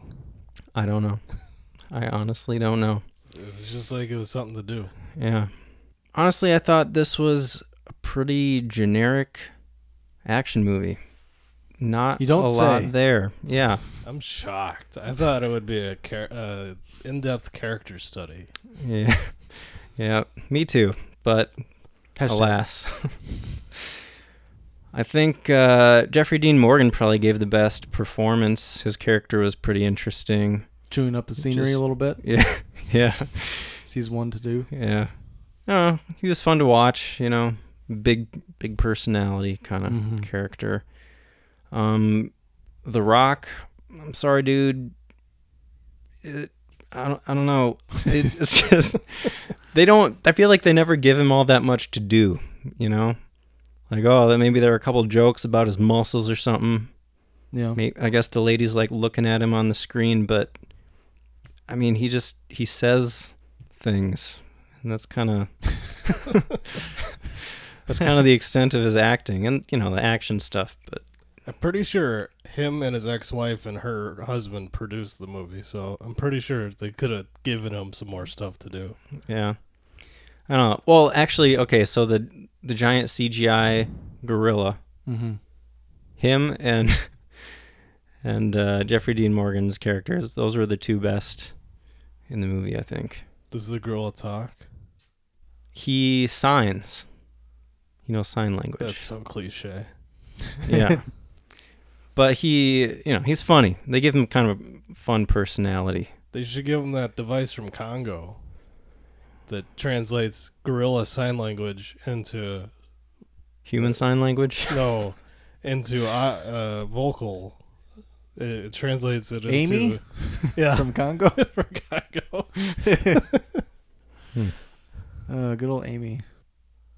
K: I don't know. I honestly don't know.
J: It's just like it was something to do.
K: Yeah. Honestly, I thought this was a pretty generic action movie. Not
H: You don't
K: a
H: say.
K: lot there. Yeah.
J: I'm shocked. I thought it would be a char- uh, in-depth character study.
K: Yeah. yeah. Me too. But
H: Hashtag.
K: alas. I think uh, Jeffrey Dean Morgan probably gave the best performance. His character was pretty interesting.
H: Chewing up the scenery
K: Just-
H: a little bit.
K: Yeah. yeah.
H: Sees one to do.
K: Yeah. Uh, he was fun to watch, you know. Big big personality kind of
H: Mhm.
K: character. Um The Rock, I'm sorry dude. It, I don't I don't know. It's, it's just they don't I feel like they never give him all that much to do, you know? Like oh, that maybe there are a couple jokes about his muscles or something.
H: Yeah.
K: May I guess the lady's like looking at him on the screen, but I mean, he just he says things, and that's kind of that's kind of the extent of his acting, and you know the action stuff. But
J: I'm pretty sure him and his ex-wife and her husband produced the movie, so I'm pretty sure they could have given him some more stuff to do.
K: yeah, I don't know. Well, actually, okay, so the the giant CGI gorilla,
H: Mm-hmm.
K: him and and uh, Jeffrey Dean Morgan's characters, those were the two best in the movie, I think.
J: Does the girl talk?
K: he signs. You know sign language.
J: That's so cliche.
K: yeah. But he, you know, he's funny. They give him kind of a fun personality.
J: They should give him that device from Congo. that translates gorilla sign language into
K: Human sign language?
J: no into uh, uh, vocal. It, it translates it into
H: Amy?
J: yeah
H: From Congo?
J: from Congo.
H: Uh, good old Amy.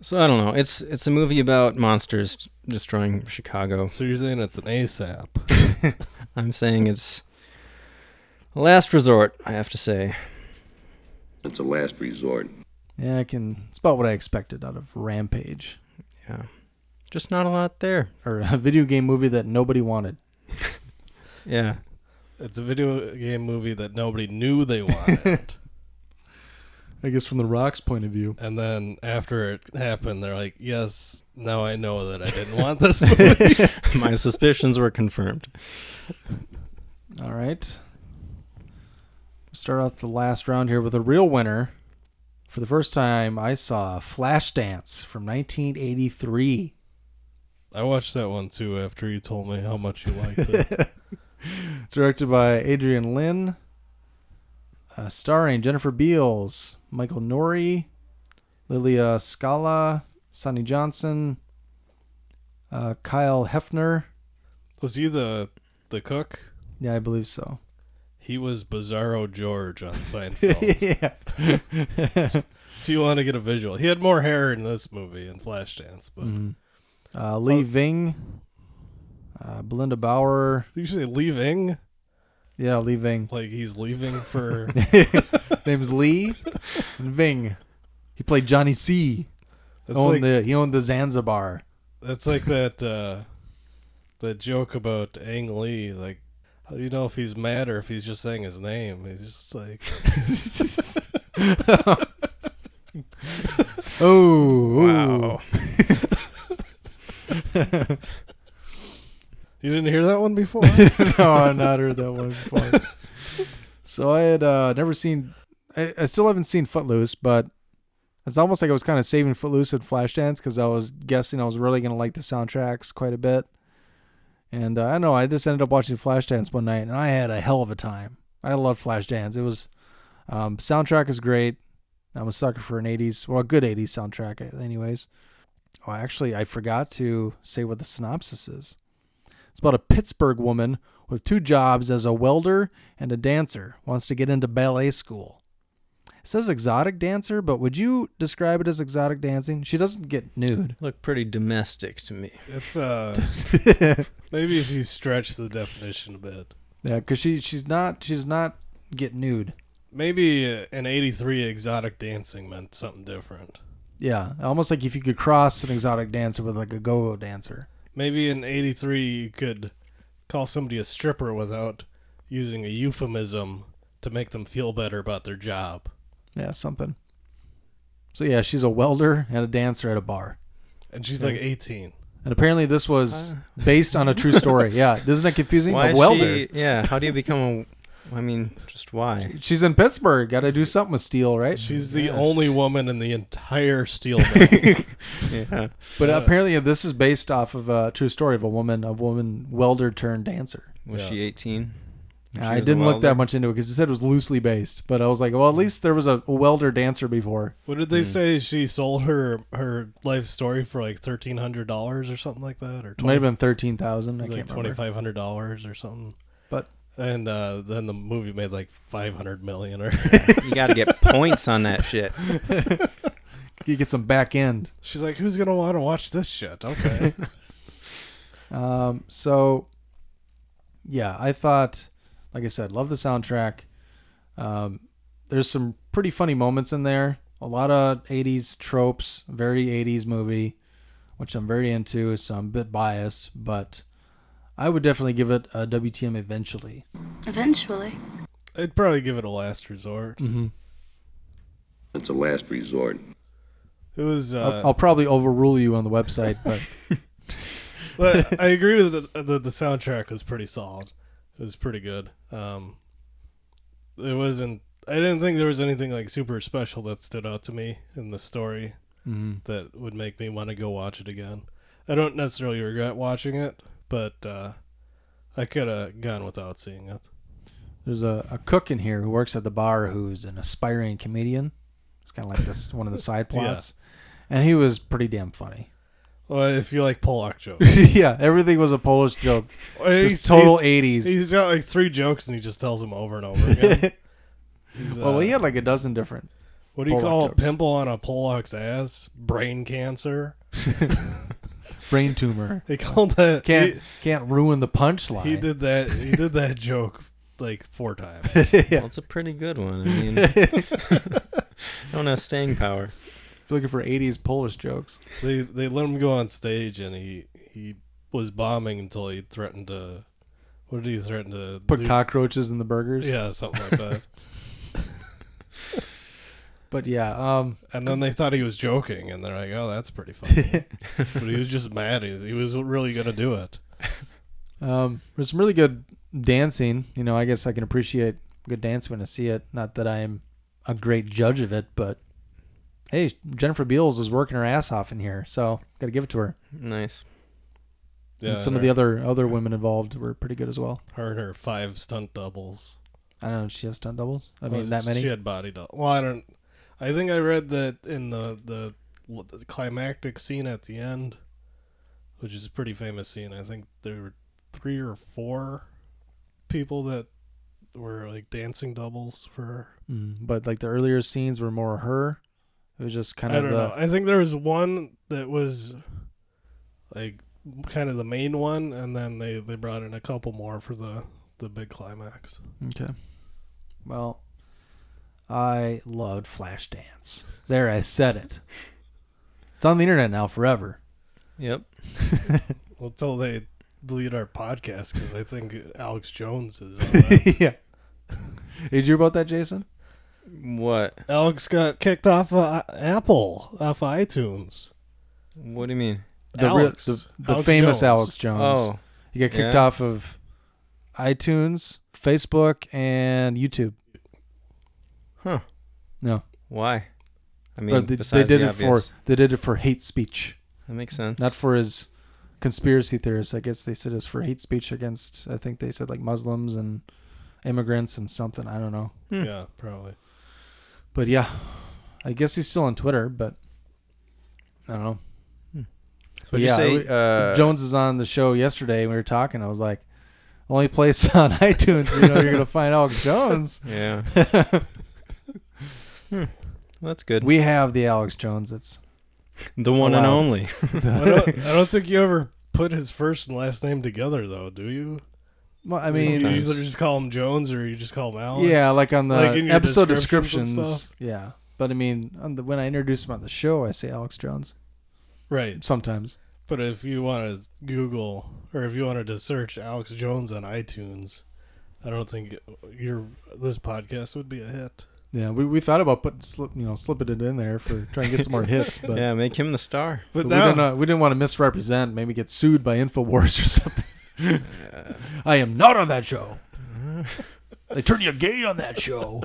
K: So I don't know. It's it's a movie about monsters destroying Chicago.
J: So you're saying it's an ASAP?
K: I'm saying it's a last resort. I have to say.
M: It's a last resort.
H: Yeah, I can. It's about what I expected out of Rampage,
K: Yeah. Just not a lot there.
H: or a video game movie that nobody wanted.
K: Yeah.
J: It's a video game movie that nobody knew they wanted.
H: I guess from The Rock's point of view.
J: and then after it happened, they're like, yes, now I know that I didn't want this movie.
K: My suspicions were confirmed.
H: All right. Start off the last round here with a real winner. For the first time, I saw Flashdance from 1983.
J: I watched that one too after you told me how much you liked it.
H: directed by Adrian Lynn, uh, starring Jennifer Beals, Michael Nori, Lilia Scala, Sonny Johnson, uh, Kyle Hefner.
J: was he the the cook?
H: Yeah, I believe so.
J: He was Bizarro George on Seinfeld.
H: yeah,
J: if you want to get a visual, he had more hair in this movie in Flashdance. But
H: uh, Lee Ving, uh, Belinda Bauer.
J: Did you say leaving?
H: Yeah, Lee Ving.
J: Like he's leaving for
H: Name's Lee and Ving. He played Johnny C.
J: that's
H: owned
J: like
H: the he owned the Zanzibar.
J: that's like that uh, that joke about Ang Lee. Like how do you know if he's mad or if he's just saying his name? He's just like
H: Oh, ooh.
J: you didn't hear that one before.
H: no, I've not heard that one before. so I had uh, never seen. I, I still haven't seen Footloose, but it's almost like I was kind of saving Footloose and Flashdance because I was guessing I was really gonna like the soundtracks quite a bit. And uh, I don't know. I just ended up watching Flashdance one night, and I had a hell of a time. I love Flashdance. It was um, soundtrack is great. I'm a sucker for an '80s, well, a good '80s soundtrack, anyways. Oh, actually, I forgot to say what the synopsis is. It's about a Pittsburgh woman with two jobs as a welder and a dancer wants to get into ballet school. It says exotic dancer, but would you describe it as exotic dancing? She doesn't get nude.
K: Looked pretty domestic to me.
J: It's uh maybe if you stretch the definition a bit.
H: Yeah, cuz she she's not she's not get nude.
J: Maybe uh, an 83 exotic dancing meant something different.
H: Yeah, almost like if you could cross an exotic dancer with like a go-go dancer.
J: Maybe in 83 you could call somebody a stripper without using a euphemism to make them feel better about their job.
H: Yeah, something. So yeah, she's a welder and a dancer at a bar.
J: And she's like 18.
H: And apparently this was based on a true story. Yeah, isn't that confusing?
K: Why
H: a
K: is
H: welder.
K: she? Yeah. How do you become a? I mean, just why?
H: She's in Pittsburgh. Got to do something with steel, right?
J: She's the only woman in the entire steel mill.
K: Yeah.
H: But apparently, this is based off of a true story of a woman, a woman welder turned dancer.
K: Was
J: Yeah.
K: she 18? She
H: I
K: was a
H: didn't look
K: welder?
H: that much into it because it said it was loosely based. But I was like, well, at least there was a welder dancer before.
J: what did they say? She sold her her life story for like $1,300 or something like that? Or
H: It might
J: 20,
H: have been thirteen thousand. I
J: it was like
H: can't remember.
J: $2,500 or something.
H: But
J: And uh, then the movie made like 500 million or
K: You got to get points on that shit.
H: you get some back end.
J: She's like, who's gonna want to watch this shit? Okay.
H: Um, so yeah, I thought, like I said, love the soundtrack. Um, there's some pretty funny moments in there. A lot of 80s tropes, very 80s movie, which I'm very into, so I'm a bit biased, but I would definitely give it a WTM eventually.
E: Eventually.
J: I'd probably give it a last resort.
M: It's a last resort.
J: It was. Uh,
H: I'll, I'll probably overrule you on the website, but
J: but I agree with the, the the soundtrack was pretty solid. It was pretty good. Um, it wasn't. I didn't think there was anything like super special that stood out to me in the story that would make me want to go watch it again. I don't necessarily regret watching it, but uh, I could have gone without seeing it.
H: there's a, a cook in here who works at the bar who's an aspiring comedian. He's kind of like this one of the side plots, and he was pretty damn funny.
J: Well, if you like Pollock jokes.
H: yeah, everything was a Polish joke. Just total eighties.
J: He's got like three jokes and he just tells them over and over again. He's,
H: well,
J: uh,
H: he had like a dozen different.
J: what do you
H: Polak
J: call
H: jokes.
J: a pimple on a Pollock's ass? Brain cancer.
H: brain tumor?
J: They called that.
H: Can't
J: he-
H: can't ruin the punchline.
J: He did that. He did that joke like four times.
K: Well, it's a pretty good one. I mean, don't have staying power.
H: looking for eighties Polish jokes.
J: They they let him go on stage and he he was bombing until he threatened to. What did he threaten to
H: Put
J: do?
H: cockroaches in the burgers.
J: Yeah, something like that.
H: But yeah, um,
J: And then they thought he was joking, and they're like, "Oh, that's pretty funny," but he was just mad. He, he was really gonna do it.
H: Um, there's some really good dancing. You know, I guess I can appreciate good dance when I see it. Not that I am a great judge of it, but hey, Jennifer Beals was working her ass off in here, so got to give it to her.
K: Nice.
J: Yeah,
H: and some of
J: her-
H: the other other women involved were pretty good as well.
J: Her and her five stunt doubles.
H: I don't know. Did she have stunt doubles? I mean,
J: Was-
H: that many.
J: She had body double. Well, I don't. I think I read that in the the, the climactic scene at the end, which is a pretty famous scene. I think there were three or four people that were like dancing doubles for her.
H: Mm, but like the earlier scenes were more her. It was just kind
J: I
H: of
J: don't
H: the
J: know. I think there was one that was like kind of the main one, and then they they brought in a couple more for the the big climax.
H: okay. Well, I loved Flashdance. There, I said it. It's on the internet now forever.
K: Yep.
J: Until they delete our podcast because I think Alex Jones is. On that.
H: yeah. Did you hear about that, Jason?
K: What?
J: Alex got kicked off uh, Apple off of iTunes.
K: What do you mean?
H: The, real-
J: Alex.
H: the, the
J: Alex
H: famous
J: Jones.
H: Alex Jones.
K: Oh,
H: He got kicked
K: yeah.
H: off of iTunes, Facebook, and YouTube.
K: Huh.
H: No.
K: Why? I
H: But
K: mean,
H: they, they
K: besides
H: did
K: the
H: it
K: obvious.
H: for they did it for hate speech.
K: That makes sense.
H: Not for his conspiracy theorists. I guess they said it was for hate speech against I think they said like Muslims and immigrants and something. I don't know.
J: Yeah, probably.
H: But yeah. I guess he's still on Twitter, but I don't know.
K: What'd you say,
H: we-
K: uh,
H: Jones is on the show yesterday. and We were talking. I was like, only place on iTunes, you know, you're gonna find Alex Jones.
K: Yeah. Hmm. Well, that's good.
H: we have the Alex Jones. That's
K: the one and
H: allowed.
K: only.
J: I don't, I don't think you ever put his first and last name together, though, do you?
H: well, I
J: So
H: mean,
J: you either just call him Jones or you just call him Alex.
H: yeah, like on the
J: in your
H: episode
J: descriptions
H: descriptions.
J: and
H: yeah, but I mean, on the, when I introduce him on the show, I say Alex Jones
J: Right.
H: sometimes.
J: But if you want to Google or if you wanted to search Alex Jones on iTunes, I don't think your this podcast would be a hit.
H: Yeah, we, we thought about putting slip, you know slipping it in there for trying to get some more hits, but.
K: yeah, make him the star.
J: But,
H: But we,
J: now,
H: didn't, uh, we didn't want to misrepresent, maybe get sued by InfoWars or something. I am not on that show. they turn you gay on that show.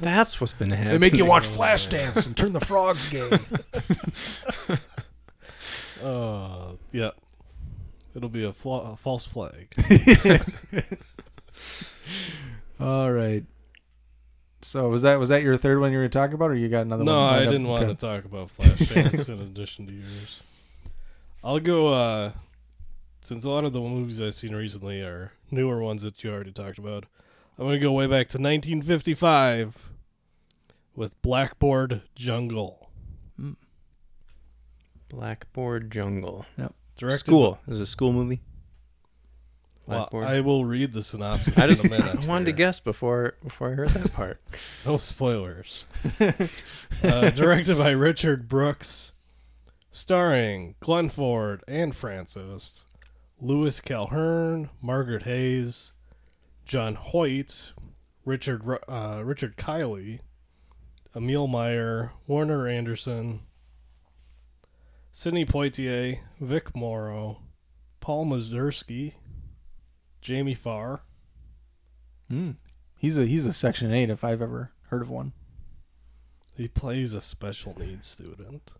K: That's what's been
H: They
K: happening.
H: make you watch Flashdance and turn the frogs gay.
J: uh, yeah, it'll be a, fla- a false flag.
H: All right. So was that was that your third one you were talking about, or you got another
J: no,
H: one?
J: I
H: lined up?
J: didn't want
H: Okay.
J: to talk about Flashdance in addition to yours. I'll go. uh Since a lot of the movies I've seen recently are newer ones that you already talked about, I'm gonna go way back to 1955 with Blackboard Jungle.
K: Blackboard Jungle.
J: Directed
K: School. Is it a school movie?
J: Well,
K: Blackboard.
J: I will read the synopsis
K: I just
J: in a minute.
K: I wanted to guess before before I heard that part.
J: No spoilers. uh, directed by Richard Brooks, starring Glenn Ford and Francis, Louis Calhern, Margaret Hayes, John Hoyt, Richard Ru- uh, Richard Kiley, Emil Meyer, Warner Anderson, Sidney Poitier, Vic Morrow, Paul Mazursky, Jamie Farr.
H: Mm. He's a he's a Section Eight if I've ever heard of one.
J: He plays a special needs student.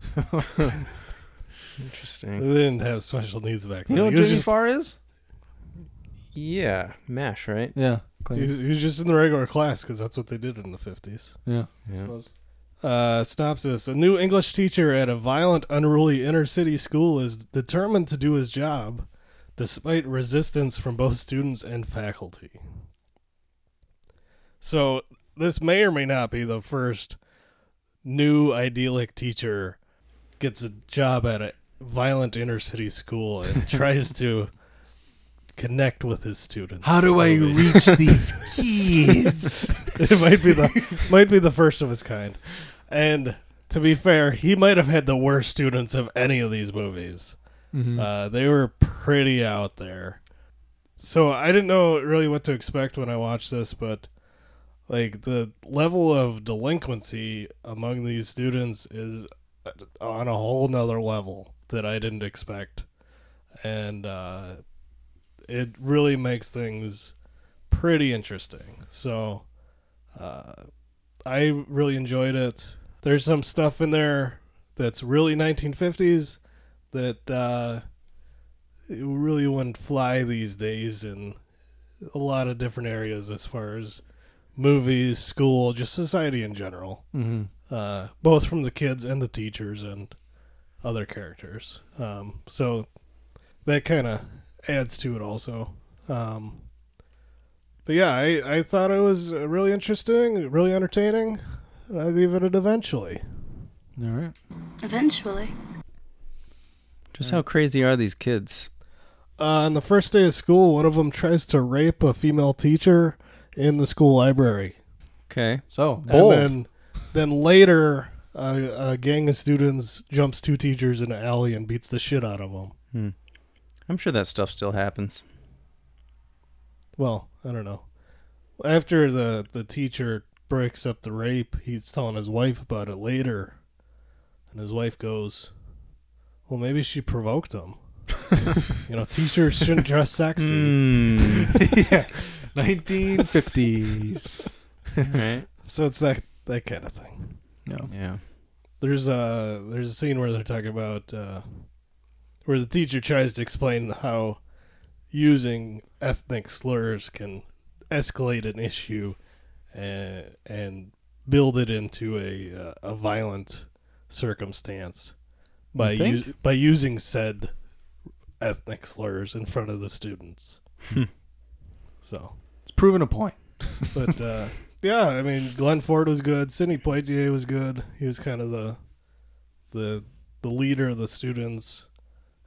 K: Interesting.
J: They didn't have special needs back then.
H: You know what
J: He was
H: Jimmy
J: just-
H: Farr is?
K: Yeah, Mash, right?
H: Yeah,
J: He was, he was just in the regular class because that's what they did in the 50s.
H: Yeah.
J: I suppose. Uh, synopsis A new English teacher at a violent, unruly inner city school is determined to do his job despite resistance from both students and faculty. So, this may or may not be the first new idyllic teacher gets a job at a violent inner city school and tries to connect with his students.
H: How do I reach these kids?
J: it might be the might be the first of its kind. And to be fair, he might have had the worst students of any of these movies.
H: Mhm.
J: Uh, they were pretty out there. So I didn't know really what to expect when I watched this, but like the level of delinquency among these students is on a whole nother level that I didn't expect. And uh, it really makes things pretty interesting. So uh, I really enjoyed it. There's some stuff in there that's really 1950s that uh, it really wouldn't fly these days in a lot of different areas as far as movies, school, just society in general.
H: Mhm.
J: Uh, both from the kids and the teachers and other characters. Um, so that kind of adds to it also. Um, but yeah, I, I thought it was uh, really interesting, really entertaining. and I'll give it an eventually.
H: All right.
E: Eventually.
K: Just how crazy are these kids?
J: Uh, on the first day of school, one of them tries to rape a female teacher in the school library.
K: Okay.
H: So
K: bold.
J: And then, then later, uh, a gang of students jumps two teachers in an alley and beats the shit out of them.
K: Hmm. I'm sure that stuff still happens.
J: Well, I don't know. After the the teacher breaks up the rape, he's telling his wife about it later, and his wife goes, "Well, maybe she provoked him." you know, teachers shouldn't dress sexy.
H: yeah, 1950s.
K: right.
J: So it's that that kind of thing.
H: No.
K: Yeah.
J: There's a there's a scene where they're talking about uh, where the teacher tries to explain how using ethnic slurs can escalate an issue and and build it into a uh, a violent circumstance by
H: You think?
J: u- by using said ethnic slurs in front of the students.
K: Hmm.
J: So
H: It's proven a point.
J: but uh, yeah, I mean, Glenn Ford was good. Sidney Poitier was good. He was kind of the the the leader of the students,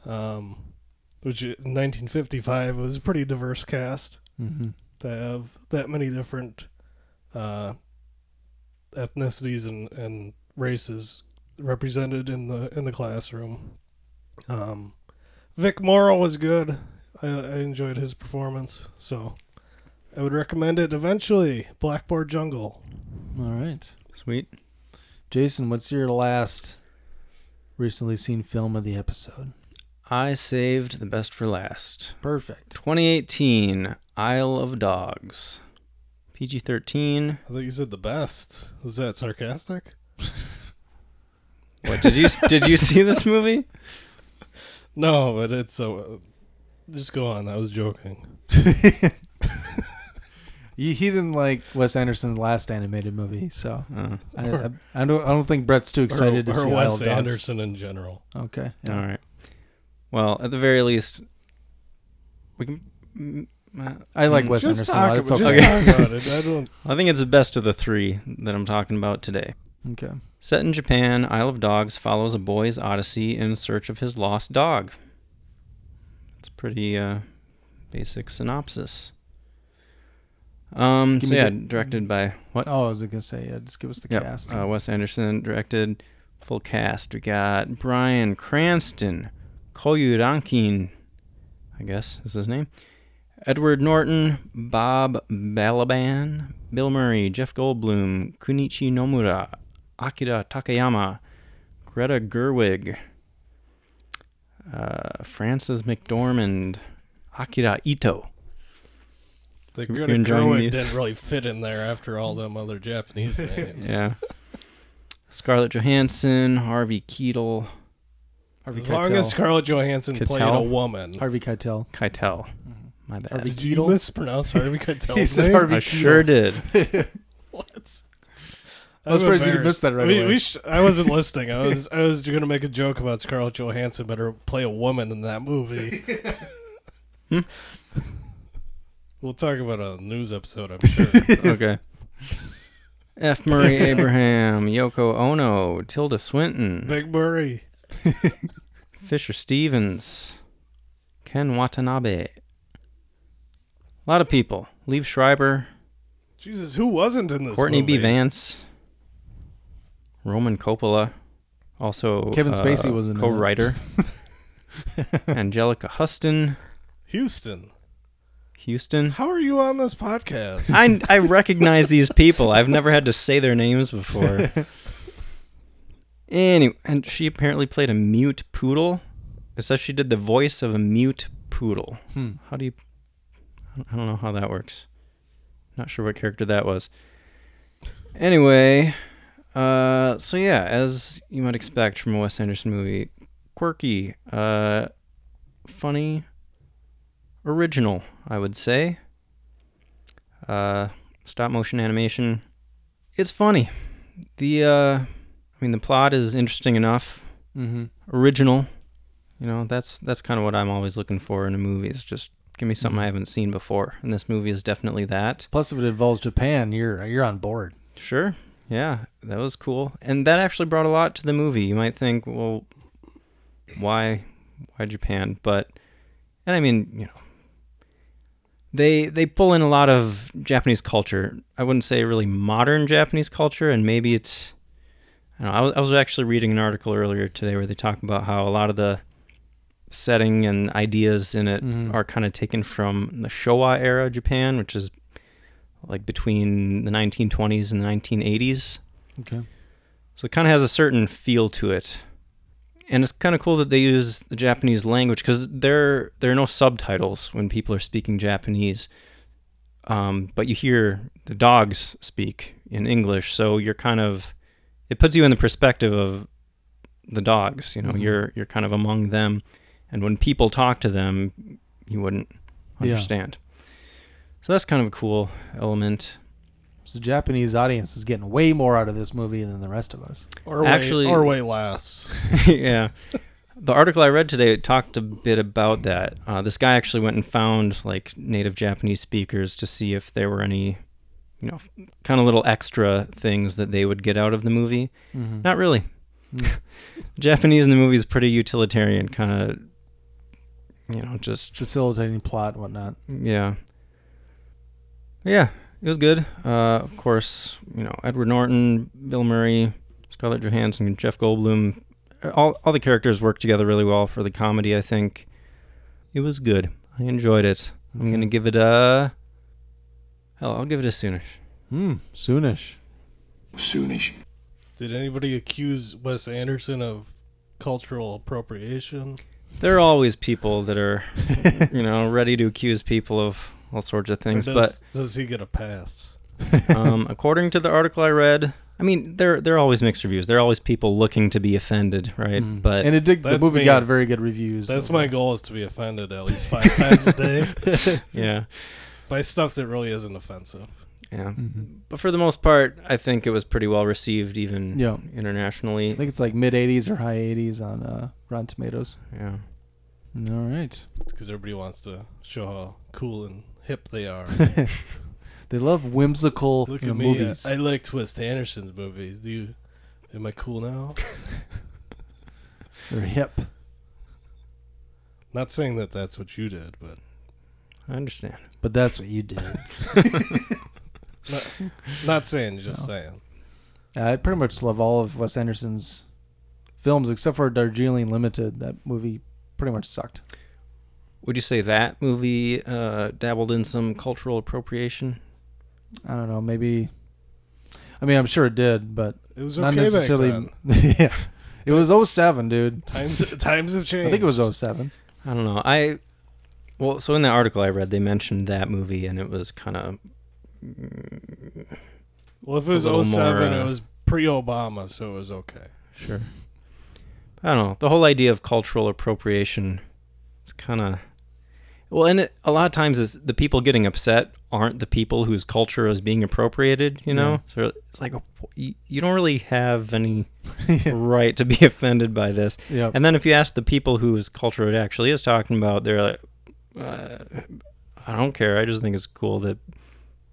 J: um, which in 1955 was a pretty diverse cast
H: Mhm.
J: to have that many different uh, ethnicities and, and races represented in the in the classroom. Um, Vic Morrow was good. I, I enjoyed his performance, so I would recommend it. Eventually, Blackboard Jungle.
H: All right.
K: Sweet.
H: Jason, what's your last recently seen film of the episode?
K: I saved the best for last.
H: Perfect.
K: 2018 Isle of Dogs. PG 13.
J: I thought you said the best. Was that sarcastic?
K: What did you did you see this movie?
J: No, but it's so. Just go on. I was joking.
H: He, he didn't like Wes Anderson's last animated movie, so
K: Uh,
H: I, I,
J: Or-
H: I don't I don't think Brett's too excited
J: or,
H: to
J: or
H: see
J: Wes
H: Isle of Dogs.
J: Anderson in general.
H: Okay.
K: All right. Well, at the very least, we can. mm, uh,
H: I like
K: mm.
H: Wes
J: Just
H: Anderson. a
J: talk
H: lot. It's
J: about-
H: okay.
J: just talk about it. I don't.
K: I think it's the best of the three that I'm talking about today.
H: Okay.
K: Set in Japan, Isle of Dogs follows a boy's odyssey in search of his lost dog. It's a pretty uh, basic synopsis. Um,
H: Give
K: so
H: me
K: yeah,
H: the-
K: directed by what?
H: Oh, I was gonna say yeah. Just give us the
K: Yep,
H: cast.
K: Uh, Wes Anderson directed. Full cast. We got Brian Cranston, Koyu Rankin, I guess is his name. Edward Norton, Bob Balaban, Bill Murray, Jeff Goldblum, Kunichi Nomura, Akira Takayama, Greta Gerwig, uh, Frances McDormand, Akira Ito.
J: The
K: You're
J: Greta
K: enjoying
J: Gerwig
K: these?
J: didn't really fit in there after all them other Japanese names.
K: Yeah. Scarlett Johansson, Harvey Keitel,
H: Harvey
J: As long
H: Keitel.
J: as Scarlett Johansson played a
K: Keitel?
J: woman.
H: Mm-hmm. Harvey Keitel.
K: Keitel. My bad.
J: Did you mispronounce Harvey Keitel's
K: He said
J: name?
K: Harvey I Keitel. sure did.
J: what?
H: I was
J: I'm
H: surprised you
J: embarrassed.
H: missed that right
J: we,
H: away.
J: we sh- I wasn't listening. I was I was going to make a joke about Scarlett Johansson better play a woman in that movie. Hmm? we'll talk about it on a news episode, I'm sure.
K: okay. F. Murray Abraham, Yoko Ono, Tilda Swinton,
J: Big Murray,
K: Fisher Stevens, Ken Watanabe. A lot of people. Leave Schreiber,
J: Jesus, who wasn't in this
K: Courtney B.
J: movie?
K: Vance, Roman Coppola, also uh,
H: Kevin Spacey was in it.
K: co-writer. Angelica Huston,
J: Houston.
K: Houston.
J: How are you on this podcast?
K: I I recognize these people. I've never had to say their names before. Anyway, and she apparently played a mute poodle. It says she did the voice of a mute poodle.
H: Hmm.
K: How do you? I don't know how that works. Not sure what character that was. Anyway, uh, so yeah, as you might expect from a Wes Anderson movie, quirky, uh, funny, original, I would say. Uh, stop motion animation. It's funny. The uh, I mean, the plot is interesting enough.
H: Mhm.
K: Original. You know, that's that's kind of what I'm always looking for in a movie. Is just give me something I haven't seen before, and this movie is definitely that.
H: Plus, if it involves Japan, you're you're on board.
K: Sure. Yeah, that was cool, and that actually brought a lot to the movie. You might think, well, why, why Japan? But, and I mean, you know, they they pull in a lot of Japanese culture. I wouldn't say really modern Japanese culture, and maybe it's. I, don't know, I, was, I was actually reading an article earlier today where they talk about how a lot of the setting and ideas in it
H: Mhm.
K: are kind of taken from the Showa era Japan, which is like between the 1920s and the 1980s.
H: Okay.
K: So it kind of has a certain feel to it. And it's kind of cool that they use the Japanese language because there there are no subtitles when people are speaking Japanese, um, but you hear the dogs speak in English, so you're kind of it puts you in the perspective of the dogs. You know,
H: Mhm.
K: you're you're kind of among them, and when people talk to them, you wouldn't
H: Yeah.
K: understand. So that's kind of a cool element.
H: So the Japanese audience is getting way more out of this movie than the rest of us.
J: Or way,
K: Actually-
J: or way less.
K: yeah. The article I read today talked a bit about that. Uh, this guy actually went and found like native Japanese speakers to see if there were any, you know, kind of little extra things that they would get out of the movie.
H: Mhm.
K: Not really. Japanese in the movie is pretty utilitarian, kind of you know, just
H: facilitating plot and whatnot.
K: Yeah. Yeah, it was good. Uh, of course, you know Edward Norton, Bill Murray, Scarlett Johansson, Jeff Goldblum. All all the characters worked together really well for the comedy. I think it was good. I enjoyed it. I'm gonna give it a. Hell, I'll give it a soonish.
H: Hmm. Soonish.
M: Soonish.
J: Did anybody accuse Wes Anderson of cultural appropriation?
K: There are always people that are, you know, ready to accuse people of all sorts of things,
J: Or
K: but
J: does, does he get a pass?
K: um, according to the article I read, I mean, there there are always mixed reviews. There are always people looking to be offended, right?
H: Mm.
K: But
H: and it did. The
J: Mm-hmm. That's
H: movie
J: me.
H: got very good reviews.
J: That's
H: so-
J: my goal is to be offended at least five times a day.
K: yeah,
J: By stuff that really isn't offensive.
K: yeah.
H: Mm. Mm-hmm.
K: But for the most part, I think it was pretty well received, even
H: Yeah. I
K: internationally.
H: think it's like mid '80s or high '80s on uh, Rotten Tomatoes.
K: Yeah.
H: All right.
J: It's because everybody wants to show how cool and hip they are.
H: They love whimsical
J: Look
H: you know,
J: at me.
H: movies.
J: I, I liked Wes Anderson's movies. Do you? Am I cool now?
H: They're hip.
J: Not saying that that's what you did, but
K: I understand.
H: But that's what you did.
J: not, not saying, just saying.
H: I pretty much love all of Wes Anderson's films except for Darjeeling Limited. That movie pretty much sucked.
K: Would you say that movie uh, dabbled in some cultural appropriation?
H: I don't know. Maybe. I mean, I'm sure it did, but
J: It was
H: not
J: okay back
H: necessarily.
J: then.
H: yeah. It was 07, dude.
J: Times times have changed.
H: I think it was 07.
K: I don't know. I well, so in the article I read, they mentioned that movie, and it was kind of
J: Well, if it
K: a
J: was
K: little
J: 07,
K: more, uh,
J: it was pre-Obama, so it was okay.
K: Sure. I don't know. The whole idea of cultural appropriation, it's kind of. Well, and it, a lot of times is the people getting upset aren't the people whose culture is being appropriated. You know, so it's like you, you don't really have any right to be offended by this.
H: Yep.
K: And then if you ask the people whose culture it actually is talking about, they're like, uh, I don't care. I just think it's cool that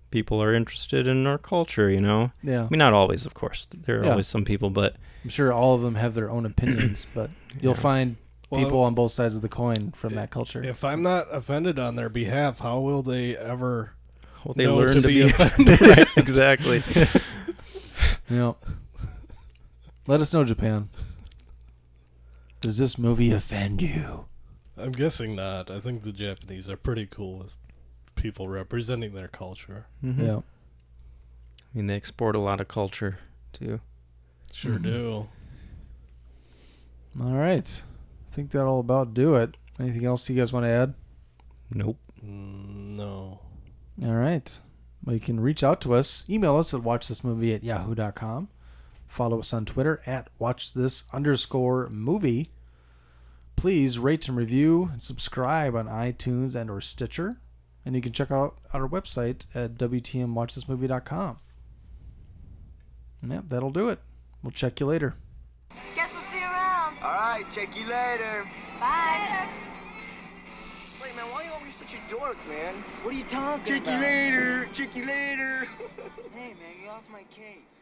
K: people are interested in our culture. You know.
H: Yeah.
K: I mean, not always, of course. There are
H: Yeah.
K: always some people, but
H: I'm sure all of them have their own opinions, but you'll find
J: Well,
H: people on both sides of the coin from that culture.
J: If I'm not offended on their behalf, how will they ever
K: Well, they
J: know
K: learn
J: to,
K: to
J: be
K: be-
J: offended?
K: Right, exactly.
H: Yeah. Let us know, Japan. Does this movie offend you?
J: I'm guessing not. I think the Japanese are pretty cool with people representing their culture.
K: Mhm.
H: Yeah.
K: I mean, they export a lot of culture too.
J: Sure
K: Mm-hmm.
J: do.
H: All right. I think that'll about do it. Anything else you guys want to add?
K: Nope.
J: Mm, no.
H: All right. Well, you can reach out to us. Email us at watchthismovie at yahoo.com. Follow us on Twitter at watchthis underscore movie. Please rate and review and subscribe on iTunes and or Stitcher. And you can check out our website at WTMWatchThisMovie.com. And Yep, that'll do it. We'll check you later.
F: Guess we'll see you around. All right, check you later. Bye. Wait, man, why are you always such a dork, man? What are you talking
C: Check you
F: about?
C: later. Check you later.
F: Hey, man, get off my case.